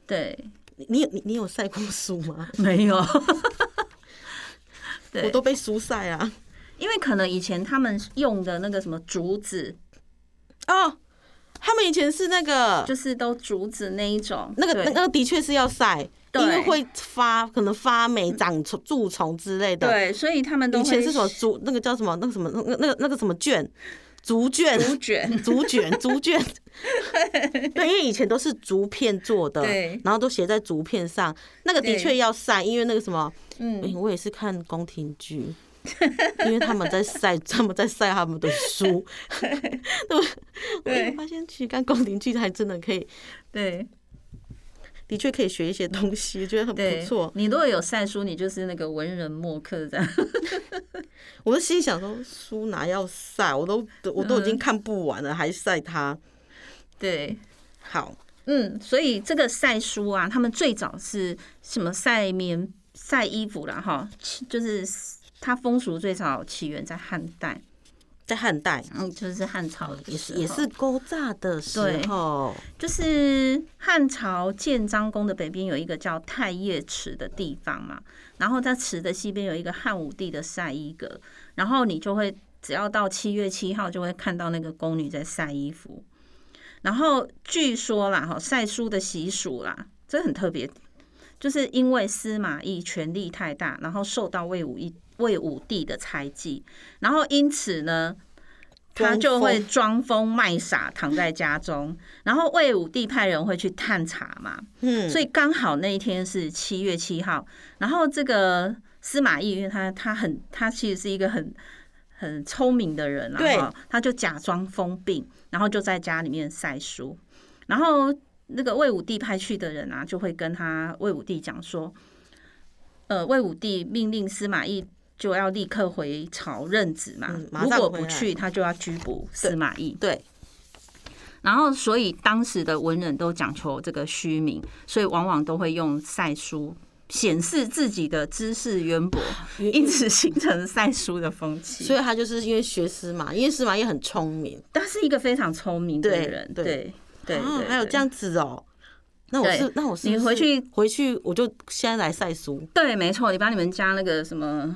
对，你你你你有晒过书吗？没有。对我都被书晒啊！ 因为可能以前他们用的那个什么竹子，哦，他们以前是那个就是都竹子那一种，那个对那个的确是要晒，对因为会发可能发霉、长虫、蛀虫之类的。对，所以他们都以前会是什么竹那个叫什么那个什么那个那个那个什么卷竹卷竹卷，竹卷竹卷，对，因为以前都是竹片做的对，然后都写在竹片上，那个的对确要晒，因为那个什么，嗯诶，我也是看宫廷剧。因为他们在晒， 他们在晒他们的 书，对，我也对发现其实看宫廷剧还真的可以 对的确可以学一些东西，觉得很对，不错。你如果有晒书，你就是那个文人墨客这样。 我就心里想说，书哪要晒？我都我嗯都已经看不完了，还晒它。对，好，嗯，所以这个晒书啊，他们最早是什么晒棉、晒衣服啦，哈，就是它风俗最早起源在汉代，在汉代嗯，就是汉朝的也是时候也是勾诈的时对候，就是汉朝建章宫的北边有一个叫太液池的地方嘛，然后在池的西边有一个汉武帝的晒衣阁，然后你就会只要到七月七号就会看到那个宫女在晒衣服，然后据说啦哈晒书的习俗啦，这很特别，就是因为司马懿权力太大，然后受到魏武一魏武帝的猜忌，然后因此呢。他装就会疯装疯卖傻，躺在家中，然后魏武帝派人会去探查嘛，嗯，所以以刚好那一天是七月七号，然后这个司马懿，因为他他很他其实是一个很很聪明的人啦，对哈，他就假装疯病，然后就在家里面晒书，然后那个魏武帝派去的人啊，就会跟他魏武帝讲说，呃，魏武帝命令司马懿。就要立刻回朝任职嘛，嗯马如上果回不来去，他就要拘捕司马懿。对，然后，所以当时的文人都讲求这个虚名，所以往往都会用赛书显示自己的知识渊 博，因此形成赛书的风气。所以他就是因为学司马，因为司马也很聪明他是一个非常聪明的对人，对对对啊对，还有这样子哦。那我是对那我是不是你回去回去我就现在来晒书，对，没错，你把你们家那个什么。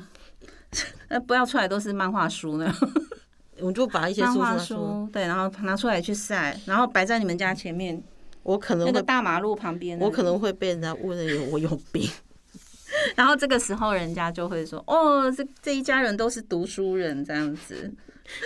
呃，不要出来都是漫画书呢，我就把一些漫书画拿出来，书对，然后拿出来去晒，然后摆在你们家前面我可那能个会大马路旁边那里。我可能会被人家误认为我有病， 然后这个时候人家就会说，哦，这这一家人都是读书人这样子，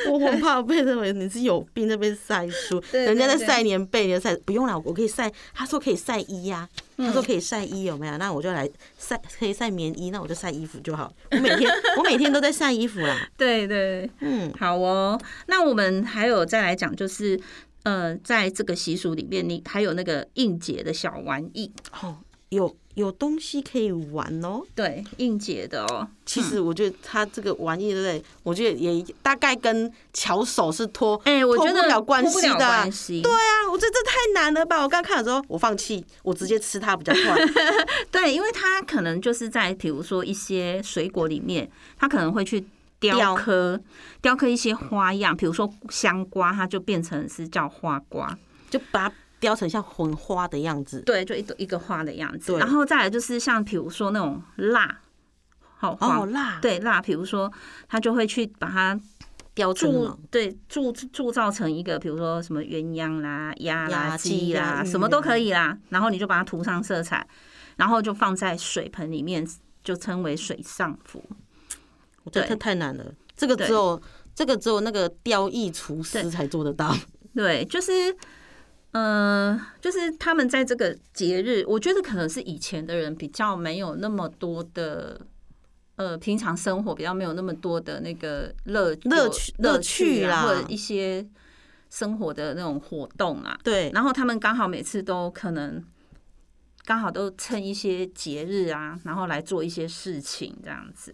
我很怕被认为你是有病在被晒书， 对人家在对晒棉被，你在晒不用啦，我可以晒。他说可以晒衣呀、嗯他说可以晒衣有没有？那我就来晒，可以晒棉衣，那我就晒衣服就好。我每天 我每天都在晒衣服啦，对对，嗯，好哦。那我们还有再来讲，就是呃，在这个习俗里面，你还有那个应节的小玩意，哦，有有东西可以玩哦。对，应节的哦，其实我觉得他这个玩意，对不对？我觉得也大概跟巧手是脱，哎、我觉脱得不了关脱不系了的啊、关系对啊，我觉得这太难了吧！我刚看的时候，我放弃，我直接吃它比较 快。对，因为它可能就是在比如说一些水果里面，它可能会去。雕雕刻，雕刻一些花样，比如说香瓜，它就变成是叫花瓜，就把它雕成像混花的样子。对，就一朵一个花的样子。对然后再来就是像比如说那种蜡，好哦，黄辣，，对蜡，比如说他就会去把它雕成铸了，对铸铸造成一个，比如说什么鸳鸯啦、鸭啦、鸭鸡鸡啦，啦什么都可以啦。然后你就把它涂上色彩，然后就放在水盆里面，就称为水上浮。我觉得这对太难了，这个对只有这个只有那个雕艺厨师对才做得到。对，就是，呃，就是他们在这个节日，我觉得可能是以前的人比较没有那么多的，呃，平常生活比较没有那么多的那个乐乐趣乐乐趣啊，啦或者一些生活的那种活动啊。对，然后他们刚好每次都可能刚好都趁一些节日啊，然后来做一些事情这样子。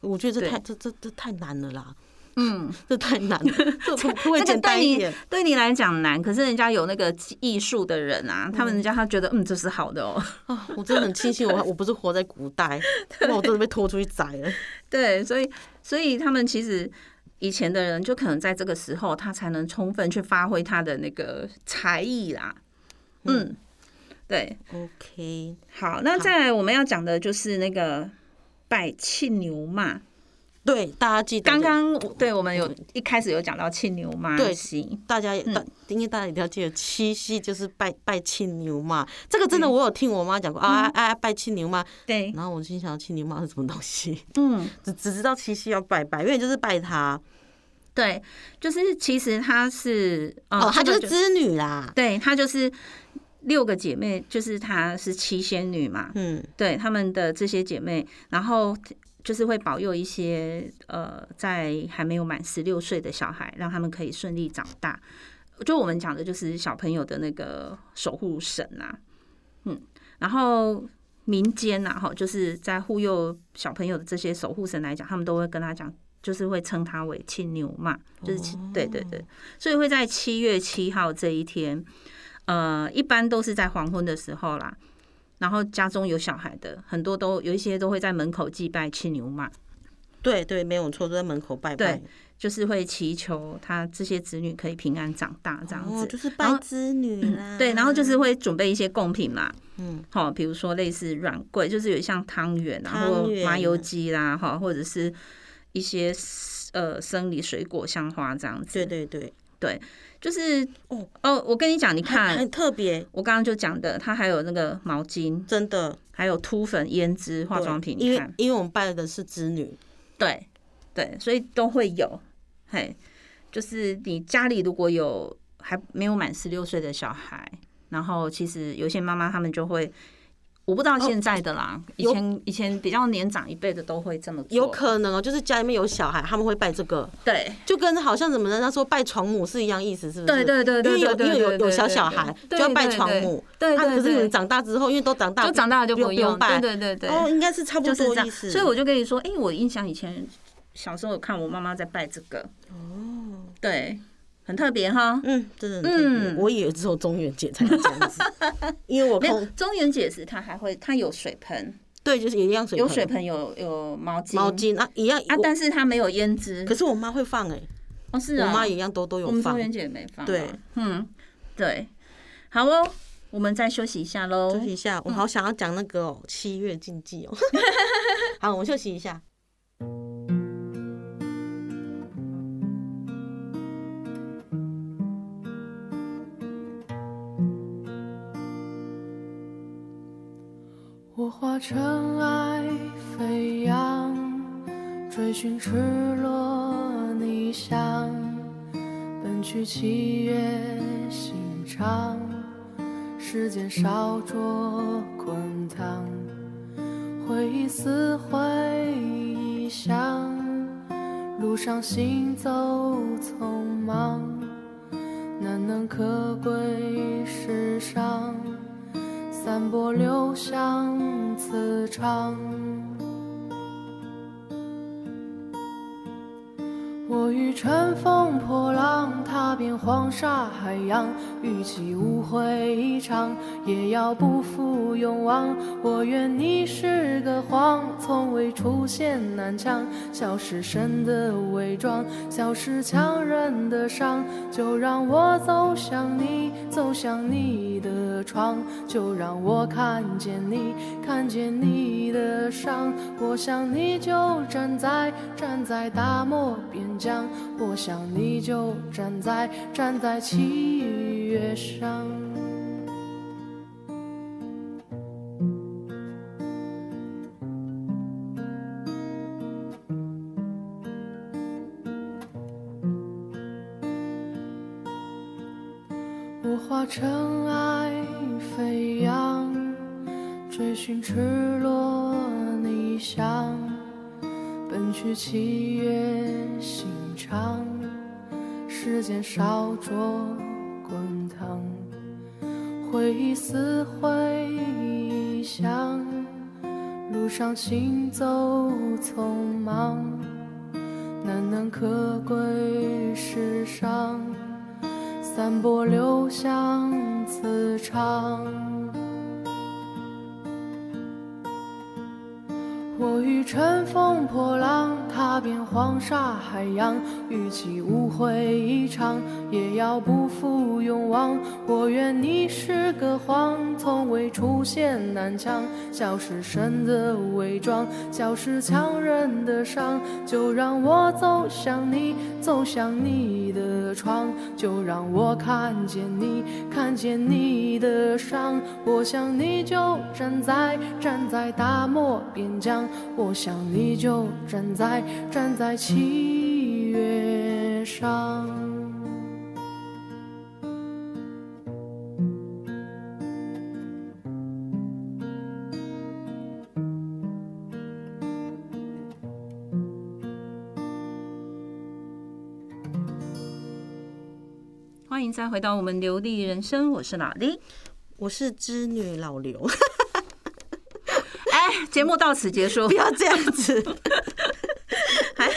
我觉得这太这这这太难了啦，嗯，这太难了， 这可不可以这个简单对一你点？对你来讲难，可是人家有那个艺术的人啊，他们人家他觉得嗯这是好的哦，啊，我真的很庆幸我我不是活在古代，不然我真的被拖出去宰了。对，所以所以他们其实以前的人就可能在这个时候他才能充分去发挥他的那个才艺啦，嗯，对， OK，好，那再来我们要讲的就是那个拜庆牛嘛，对，大家记得刚刚对我们有一开始有讲到庆牛妈对西，大家嗯也，大，因为大家一定要记得七夕就是拜拜庆牛嘛，这个真嗯的我有听我妈讲过啊啊啊拜庆牛嘛，对，然后我心想庆牛妈是什么东西，嗯，只只知道七夕要拜拜，因为就是拜她对，就是其实她是哦，她就是这个织女啦，嗯对她就是六个姐妹，就是她是七仙女嘛，嗯，对，她们的这些姐妹，然后就是会保佑一些呃，在还没有满十六岁的小孩，让他们可以顺利长大。就我们讲的就是小朋友的那个守护神啊，嗯，然后民间呐，哈，就是在护佑小朋友的这些守护神来讲，他们都会跟他讲，就是会称他为亲牛嘛，就是亲，对对对，所以会在七月七号这一天，呃，一般都是在黄昏的时候啦。然后家中有小孩的，很多都有一些都会在门口祭拜亲牛嘛，对对，没有错，都在门口拜拜对，就是会祈求他这些子女可以平安长大这样子。哦就是然拜后织女啦，对，然后就是会准备一些贡品嘛，嗯，好，比如说类似软桂，就是有像汤圆啊，或汤圆麻油鸡啦，哈，或者是一些呃生理水果、香花这样子。对，对对，就是哦哦，我跟你讲，你很看很特别，我刚刚就讲的，它还有那个毛巾，真的还有凸粉、胭脂、化对妆品，因你看为因为我们拜的是织女，对对，所以都会有。嘿，就是你家里如果有还没有满十六岁的小孩，然后其实有些妈妈他们就会，我不知道现在的啦，以哦有前以前比较年长一辈的都会这么做，有可能哦，就是家里面有小孩，他们会拜这个，对就跟好像怎么人家说拜床母是一样意思，是不是？对对对对因为有对对因为有有对对小对小对孩就对要拜对床对母，对啊对可是你们对长大之后，因为都长大，就长大了就不不用，拜，对对对对，哦，应该是差不就是多这意样。思。所以我就跟你说，哎、我印象以前小时候有看我妈妈在拜这个，哦，对，很特别哈。嗯，真的很特别，嗯我以为只有中元节才能这样 子，因为我没有空中元节时，她还会，她有水盆，对就是一样水有盆水盆，有有毛巾，毛巾啊一样啊，我但是它没有胭脂。可是我妈会放哎，哦，是我啊，妈一样都都我有们放中，元节没放啊。对嗯，对，好哦，我们再休息一下喽休。息一下，嗯我好想要讲那个哦，七月禁忌哦。 好，我们休息一下。我化尘埃飞扬，追寻赤裸逆翔，奔去七月心肠，时间烧灼滚烫，回忆撕毁臆想，路上行走匆忙，难能可贵世上。散播留香磁场。我欲乘风破浪，踏遍黄沙海洋，与其无悔一场，也要不负勇往。我愿你是个谎，从未出现南墙，笑是神的伪装，笑是强忍的伤。就让我走向你，走向你的窗，就让我看见你，看见你的伤。我想你就站在站在大漠边疆，我想你就站在站在七月上。我化尘埃飞扬，追寻赤裸逆翔，奔去七月心肠。时间烧灼滚烫，回忆似回忆像，路上行走匆忙，难能可贵世上，散播留香磁场。我欲乘风破浪，踏遍黄沙海洋，与其误会一场，也要不负勇往。我愿你是个谎，从未出现南墙，笑是神的伪装，笑是强忍的伤。就让我走向你，走向你的窗，就让我看见你，看见你的伤。我想你就站在站在大漠边疆，我想你就站在站在七月上。欢迎再回到我们流利人生，我是老 李。我是织女老刘， 哎，节目到此结束不。要这样子。还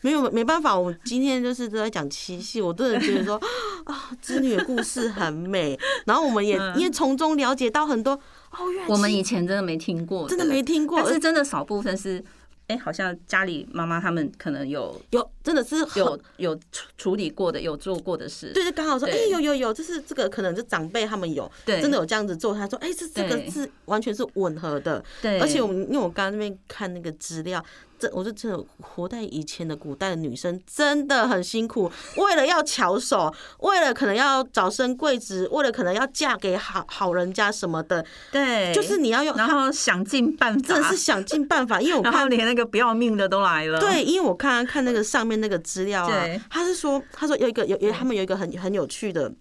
没有没办法，我今天就是都在讲七夕，我真的觉得说啊，织女的故事很美，然后我们也嗯因为从中了解到很多哦，原来我们七以前真的没听过，真的没听过，但是真的少部分是，哎，好像家里妈妈他们可 能有有真的是很有有处处理过的，有做过的事。对对，刚好说，哎、对有有有，就是这个可能就长辈他们有，对真的有这样子做。他说，哎、这这对个是完全是吻合的，对而且我们因为我刚刚那边看那个资料，这我就真的活在以前的古代的女生真的很辛苦，为了要巧手， 为了可能要早生贵子，为了可能要嫁给好好人家什么的，对，就是你要用，然后想尽办法，真的是想尽办法，因为我 然后看连那个不要命的都来了。对，因为我看看那个上面那个资料啊对，他是说，他说有一个有有他们有一个很很有趣的，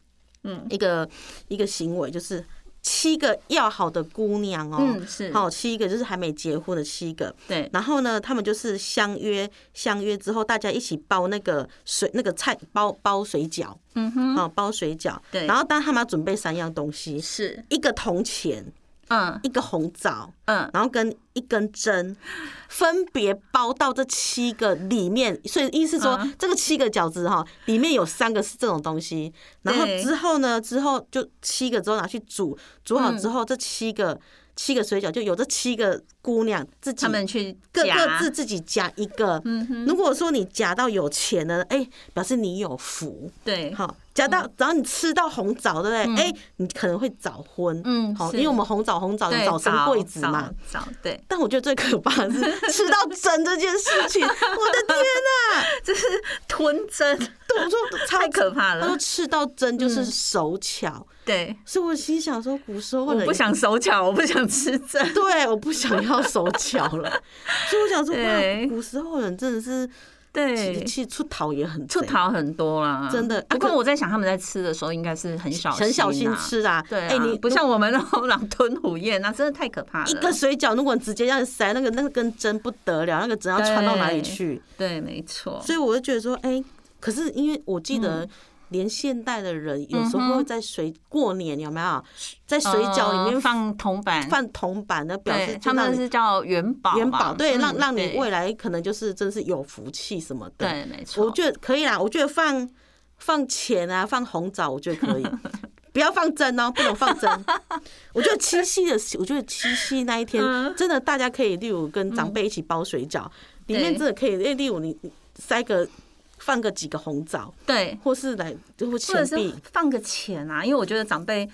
嗯一个一个行为就是。七个要好的姑娘哦，嗯是好七个就是还没结婚的七个，对然后呢，他们就是相约，相约之后大家一起包那个水那个菜包包水饺，嗯哼，啊、包水饺，对然后但他们要准备三样东西，是，一个铜钱，嗯一个红枣，嗯，然后跟一根针，分别包到这七个里面，所以意思说嗯这个七个饺子哈，里面有三个是这种东西，然后对之后呢，之后就七个之后拿去煮，煮嗯好之后这七个七个水饺就有这七个姑娘自己他们去各夹嗯各自自己夹一个。如果说你夹到有钱的，哎，表示你有福。对，嗯好，夹到，然后你吃到红枣，对不对？哎、你可能会早婚，嗯好，是因为我们红枣红枣有对早生贵子嘛，，早早对，但我觉得最可怕的是吃到针这件事 情，我的天呐、就是吞针，对，我说超太可怕他说了。吃到针就是手巧，对，所以我心想说，古时候的我人不想手巧，我不想吃针。对，我不想要手巧了，所以我想说，对哇，古时候人真的是对其，其实出逃也很出贼逃很多啦，真的啊不过可我在想，他们在吃的时候应该是很小很小心啊。吃啊，对啊，哎、你不像我们那种 狼吞虎咽，啊那真的太可怕了。一个水饺，如果你直接这样塞，那个那根针不得了，那个针要穿到哪里对去？对，没错，所以我就觉得说，哎、可是因为我记得。连现代的人有时嗯候哼会在水过年有没有在水饺里面呃放铜板，放铜板的表示对，就他让们你是叫元宝嘛，元宝，对，嗯让让你未对来可能就是真是有福气什么的。对，没错，我觉得可以啦，我觉得放放钱啊，放红枣，我觉得 可以，不要放针哦，不能放针。我觉得七夕的，我觉得七夕那一天嗯真的大家可以，例如跟长辈一起包水饺，里面对真的可以，例例如你你塞个放个几个红枣，对，或是来或或者钱是币。放个钱啊，因为我觉得长辈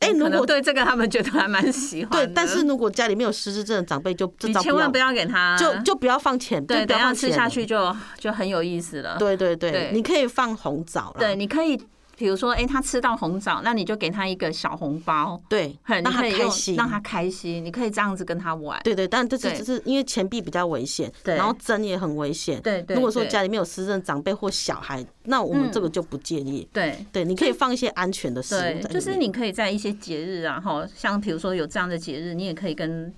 哎， 如可能果对这个他们觉得还蛮喜欢的。对，但是如果家里面有失智症的长辈，就就你照千万不要给他，就就不要放钱，对，就不要等一下放吃钱下了去就就很有意思了。对啊对对对，你可以放红枣啦。对，你可以比如说，哎，他吃到红枣，那你就给他一个小红包，对，很让你他可以开用心，让他开心，你可以这样子跟他玩。对对，但这是对就是因为钱币比较危险，对然后针也很危险。对对如果说对家里面有私人长辈或小孩，那我们这个就不建议。对。对，你可以放一些安全的食物在里对，面。就是你可以在一些节日啊，哈，像比如说有这样的节日，你也可以跟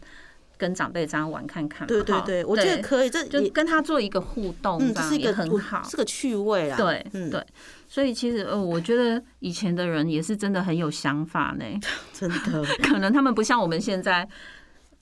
跟长辈这样玩看看嘛。对对哈对，我觉得可以，这就也跟他做一个互动，嗯，这这样是一也个很我好。是个趣味啦。对嗯，对，所以其实呃，我觉得以前的人也是真的很有想法呢。 真的，可能他们不像我们现在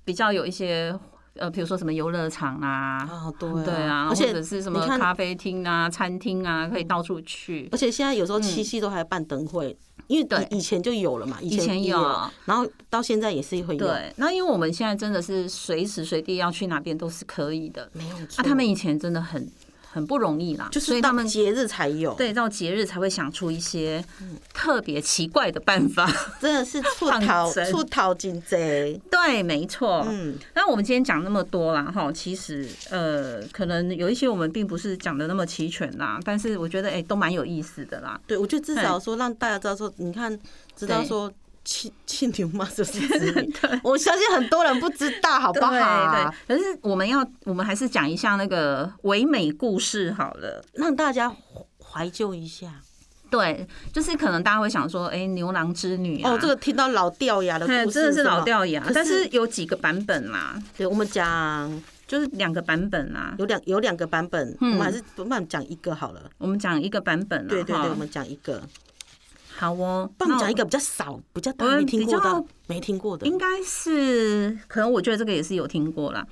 比较有一些呃，比如说什么游乐场啊，啊，对啊， 对啊，而或且者是什你么看咖啡厅啊、餐厅啊，可以到处去而。且现在有时候七夕都还办灯会，因为嗯对以以前就有了嘛，以以前也有有，然后到现在也是会有，对，那因为我们现在真的是随时随地要去哪边都是可以的。没有啊，错他们以前真的很很不容易啦，就所是以他到们节嗯日才有，，对到节日才会想出一些特别奇怪的办 法。真的是出 抗逃争出逃进贼，对，没错。嗯，那我们今天讲那么多啦，哈，其实呃，可能有一些我们并不是讲的那么齐全啦，但是我觉得哎、都蛮有意思的啦。对，我觉得至少说让大家知道说，你看知道对说。亲亲牛妈就是子 女，我相信很多人不知道，好不好？对，可是我们要，我们还是讲一下那个唯美故事好了。让大家怀旧一下。对，就是可能大家会想说，哎、牛郎织女、啊、哦，这个听到老掉牙的故哎事，真的是老吗掉牙可，但是有几个版本啦，对我们讲就是两个版本啦。有两有两个版本，嗯我们还是我们讲一个好了。我们讲一个版本啦，对对哈对，我们讲一个，好哦，帮我们那讲一个比较少、比较大我家们没听过嗯比较的，没听过的，应该是，可能我觉得这个也是有听过啦。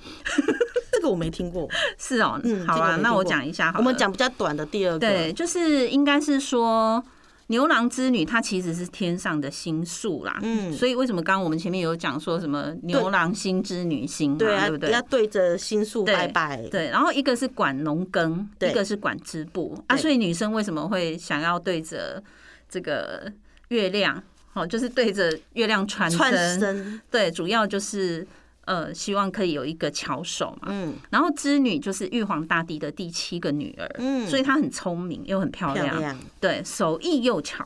这个我没听过。是哦，嗯，好啊，这个没听过那我讲一 下好了。我们讲比较短的第二个，对，就是应该是说牛郎织女，它其实是天上的星宿啦。嗯所以为什么刚刚我们前面有讲说什么牛郎星织女星嘛，对对啊不，要对？对着心术对拜拜，对，然后一个是管农耕，对一个是管织布啊，对所以女生为什么会想要对着这个月亮？哦，就是对着月亮传串真，身，对，主要就是呃，希望可以有一个巧手嘛。嗯，然后织女就是玉皇大帝的第七个女儿，嗯所以她很聪明又很漂漂亮，亮，嗯对手艺又巧。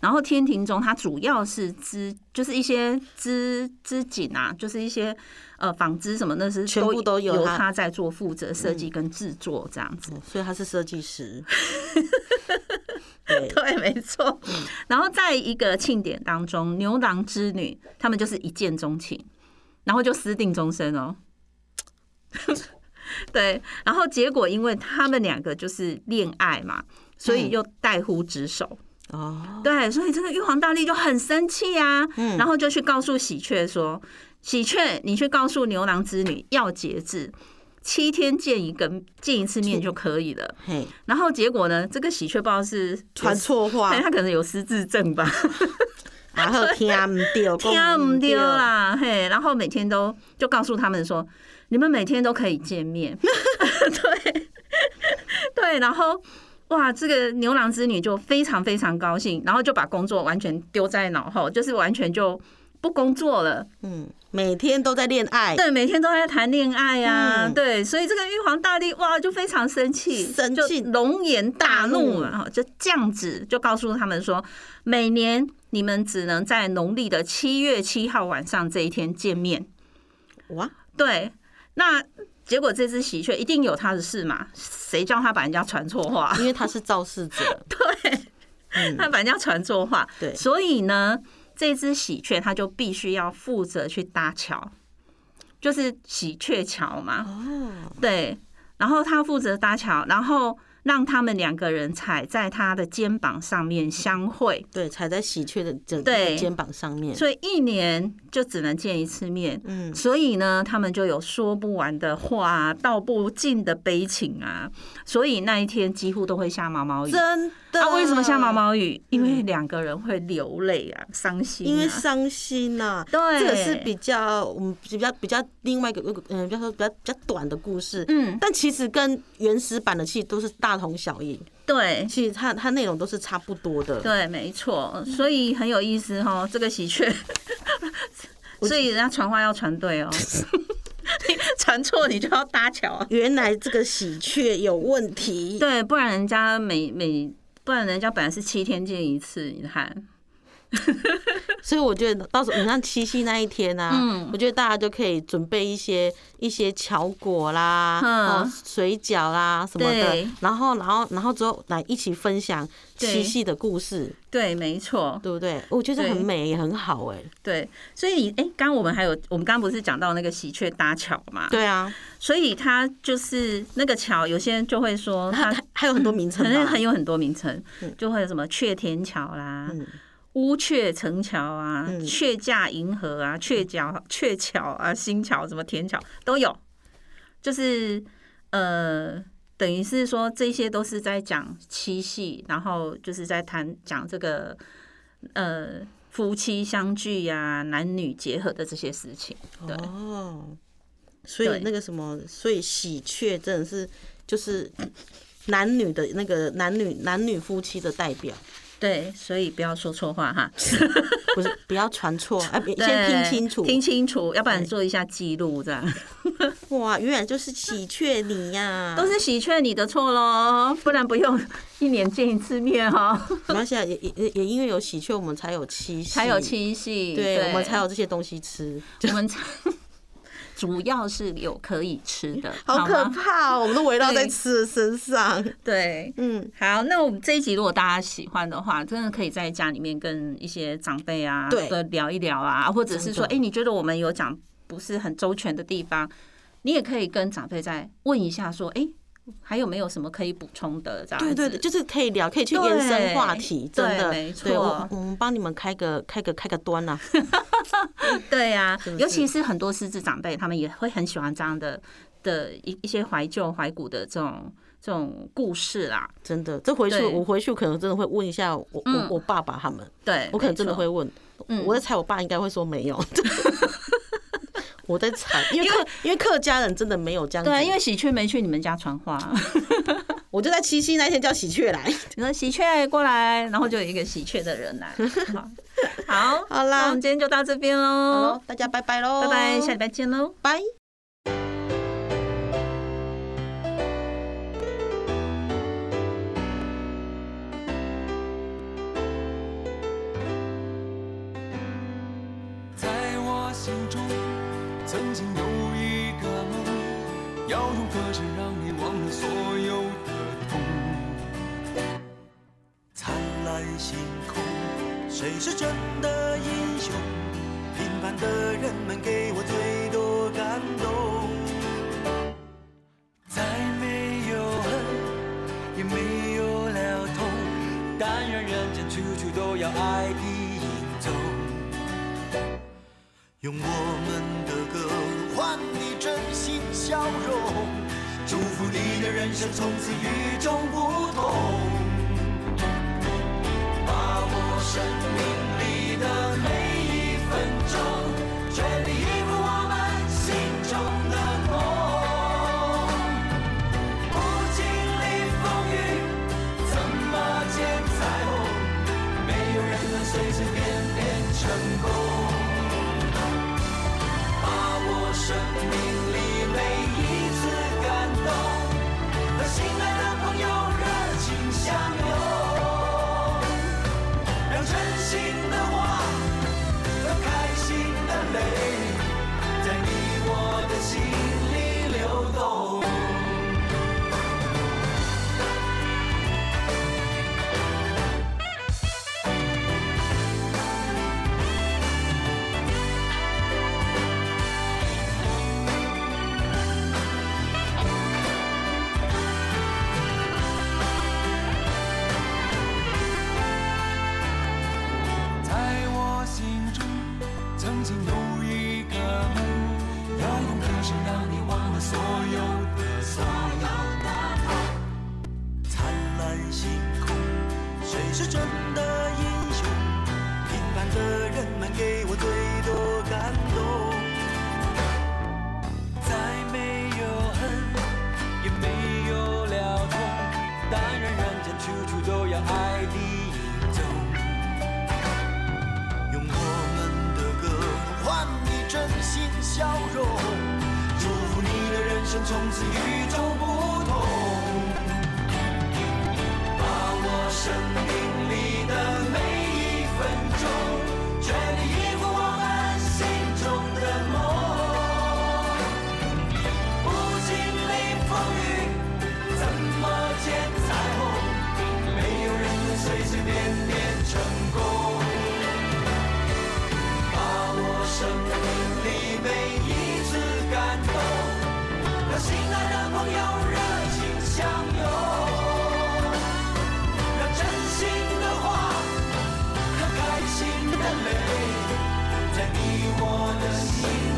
然后天庭中，它主要是织，就是一些织织锦啊，就是一些呃纺织什么，那是全部都有由她嗯她在做负责设计跟制作这样子。所以他是设计 师。对，对，没错。然后在一个庆典当中，牛郎织女他们就是一见钟情，然后就私定终身哦。 对，然后结果因为他们两个就是恋爱嘛，所以又带乎职守。嗯哦，嗯对，所以这个玉皇大帝就很生气啊，然后就去告诉喜鹊说：“喜鹊，你去告诉牛郎织女要节制，七天见一个见一次面就可以了。”嘿，然后结果呢，这个喜鹊不知道是传错 话哎，，他可能有失智症吧，然后听唔到， 听讲不对啊丢，啦，嘿，然后每天都就告诉他们说，你们每天都可以 见面，对 对，然后哇，这个牛郎织女就非常非常高兴，然后就把工作完全丢在脑后，就是完全就。不工作了，嗯，每天都在恋 爱，对，每天都在谈恋爱呀、嗯对，所以这个玉皇大帝哇就非常生气，生气嗯就龙颜大怒嘛，就这样子就告诉他们说，每年你们只能在农历的七月七号晚上这一天见面。哇，对，那结果这只喜鹊一定有它的事嘛，谁叫它把人家传错话？因为他是肇事者， 他把人家传错话，对所以呢，这只喜鹊它就必须要负责去搭桥，就是喜鹊桥嘛。哦，对，然后他负责搭桥，然后让他们两个人踩在他的肩膀上面相会，对，踩在喜鹊的整对个肩膀上面，所以一年就只能见一次面。嗯，所以呢，他们就有说不完的话啊、道不尽的悲情啊，所以那一天几乎都会下毛毛雨。真的。啊，为什么下毛？毛雨？因为两个人会流泪啊，伤心、啊。因为伤心呐、对这个是比较我们比较比较另外一个嗯，比较说比较比较短的故事，嗯但其实跟原始版的戏都是大同小异，对其实它它内容都是差不多的。对，没错，所以很有意思哦，这个喜 鹊。所以人家传话要传对哦，你 传错你就要搭桥啊。原来这个喜鹊有问题，对，不然人家每每不然人家本来是七天见一次，你看所以我觉得到时候你看七夕那一天啊，嗯我觉得大家就可以准备一些一些巧果啦、嗯哦水饺啦什么的对，然后然后然后之后来一起分享对七夕的故事，对，没错，对不对？我觉得对很美也很好哎、对，所以哎，刚刚我们还有，我们刚刚不是讲到那个喜鹊搭桥嘛？，对啊，所以它就是那个桥，有些人就会说它它它还有很多名可称能吧，很有很多名称，就会有什么雀田桥啦、嗯乌鹊城桥啊、嗯雀架银河啊、雀角、雀桥啊、新桥什么田桥都有，就是呃，等于是说这些都是在讲七夕，然后就是在谈讲这个呃夫妻相聚呀、男女结合的这些事情。对，哦，所以对那个什么，所以喜鹊真的是就是男女的那个男女男女夫妻的代表，对，所以不要说错话哈。不是不要传 错，哎、别先听对清楚，听清楚，要不然做一下记录这样。哇，原来就是喜鹊你呀、都是喜鹊你的错喽，不然不用一年见一次面哈、哦，没关系啊，也也也也因为有喜鹊，我们才有七夕，才有，七夕，对我 们才有这些东西吃，我们才 主要是有可以吃的，好可吗。怕、哦，我们都围绕在对吃的身上，对，嗯，好，那我们这一集如果大家喜欢的话，真的可以在家里面跟一些长辈啊，对的聊一聊啊，或者是说，真的哎、你觉得我们有讲不是很周全的地方，你也可以跟长辈再问一下，说，哎、还有没有什么可以补充的？这样对对子对，就是可以聊，可以去对延伸话题，真的，对没错对我我们帮你们开个开个开个端呐、啊，对呀、是不是尤其是很多失智长辈，他们也会很喜欢这样的的一一些怀旧怀古的这种这种故事啦。真的，这回去对我回去可能真的会问一下我我、嗯我爸爸他们，对，我可能真的没错会，问，嗯我在猜我爸应该会说没 有，我在猜，因为客因为客家人真的没有这样子，对啊，因为喜鹊没去你们家传话，我就在七夕那一天叫喜鹊来，你说喜鹊过来，然后就有一个喜鹊的人来。好，好好那我啦们，今天就到这边好喽喽，，大家拜拜喽，拜拜，下礼拜见喽。拜。在我心中，曾经有一个梦，要用歌声让你忘了所有的痛。灿烂星空，谁是真的英雄？平凡的人们给我最多感动。再没有恨，也没有了痛，但愿人间处处都有爱的影踪。用我们的歌换你真心笑容，祝福你的人生从此与众不同。把握生命里的每一分钟，全力以赴我们心中的梦。不经历风雨，怎么见彩虹？没有人能随随便便成功。把握生命里每一次感动，和心爱的朋友热情相拥，让真心的话和开心的泪，在你我的心里流动。在我心中，曾经有一个梦，要用歌声让你忘了所有的所有的痛。灿烂星空，谁是真的英雄？平凡的人们给我最多感动。再没有恨，也没有了痛，但愿人间处处都有爱的影踪。用我们的歌换你真心笑容，祝福你的人生从此与众不同。把握生命里的每一分钟，动，和心爱的朋友热情相拥，让真心的话和开心的泪，在你我的心。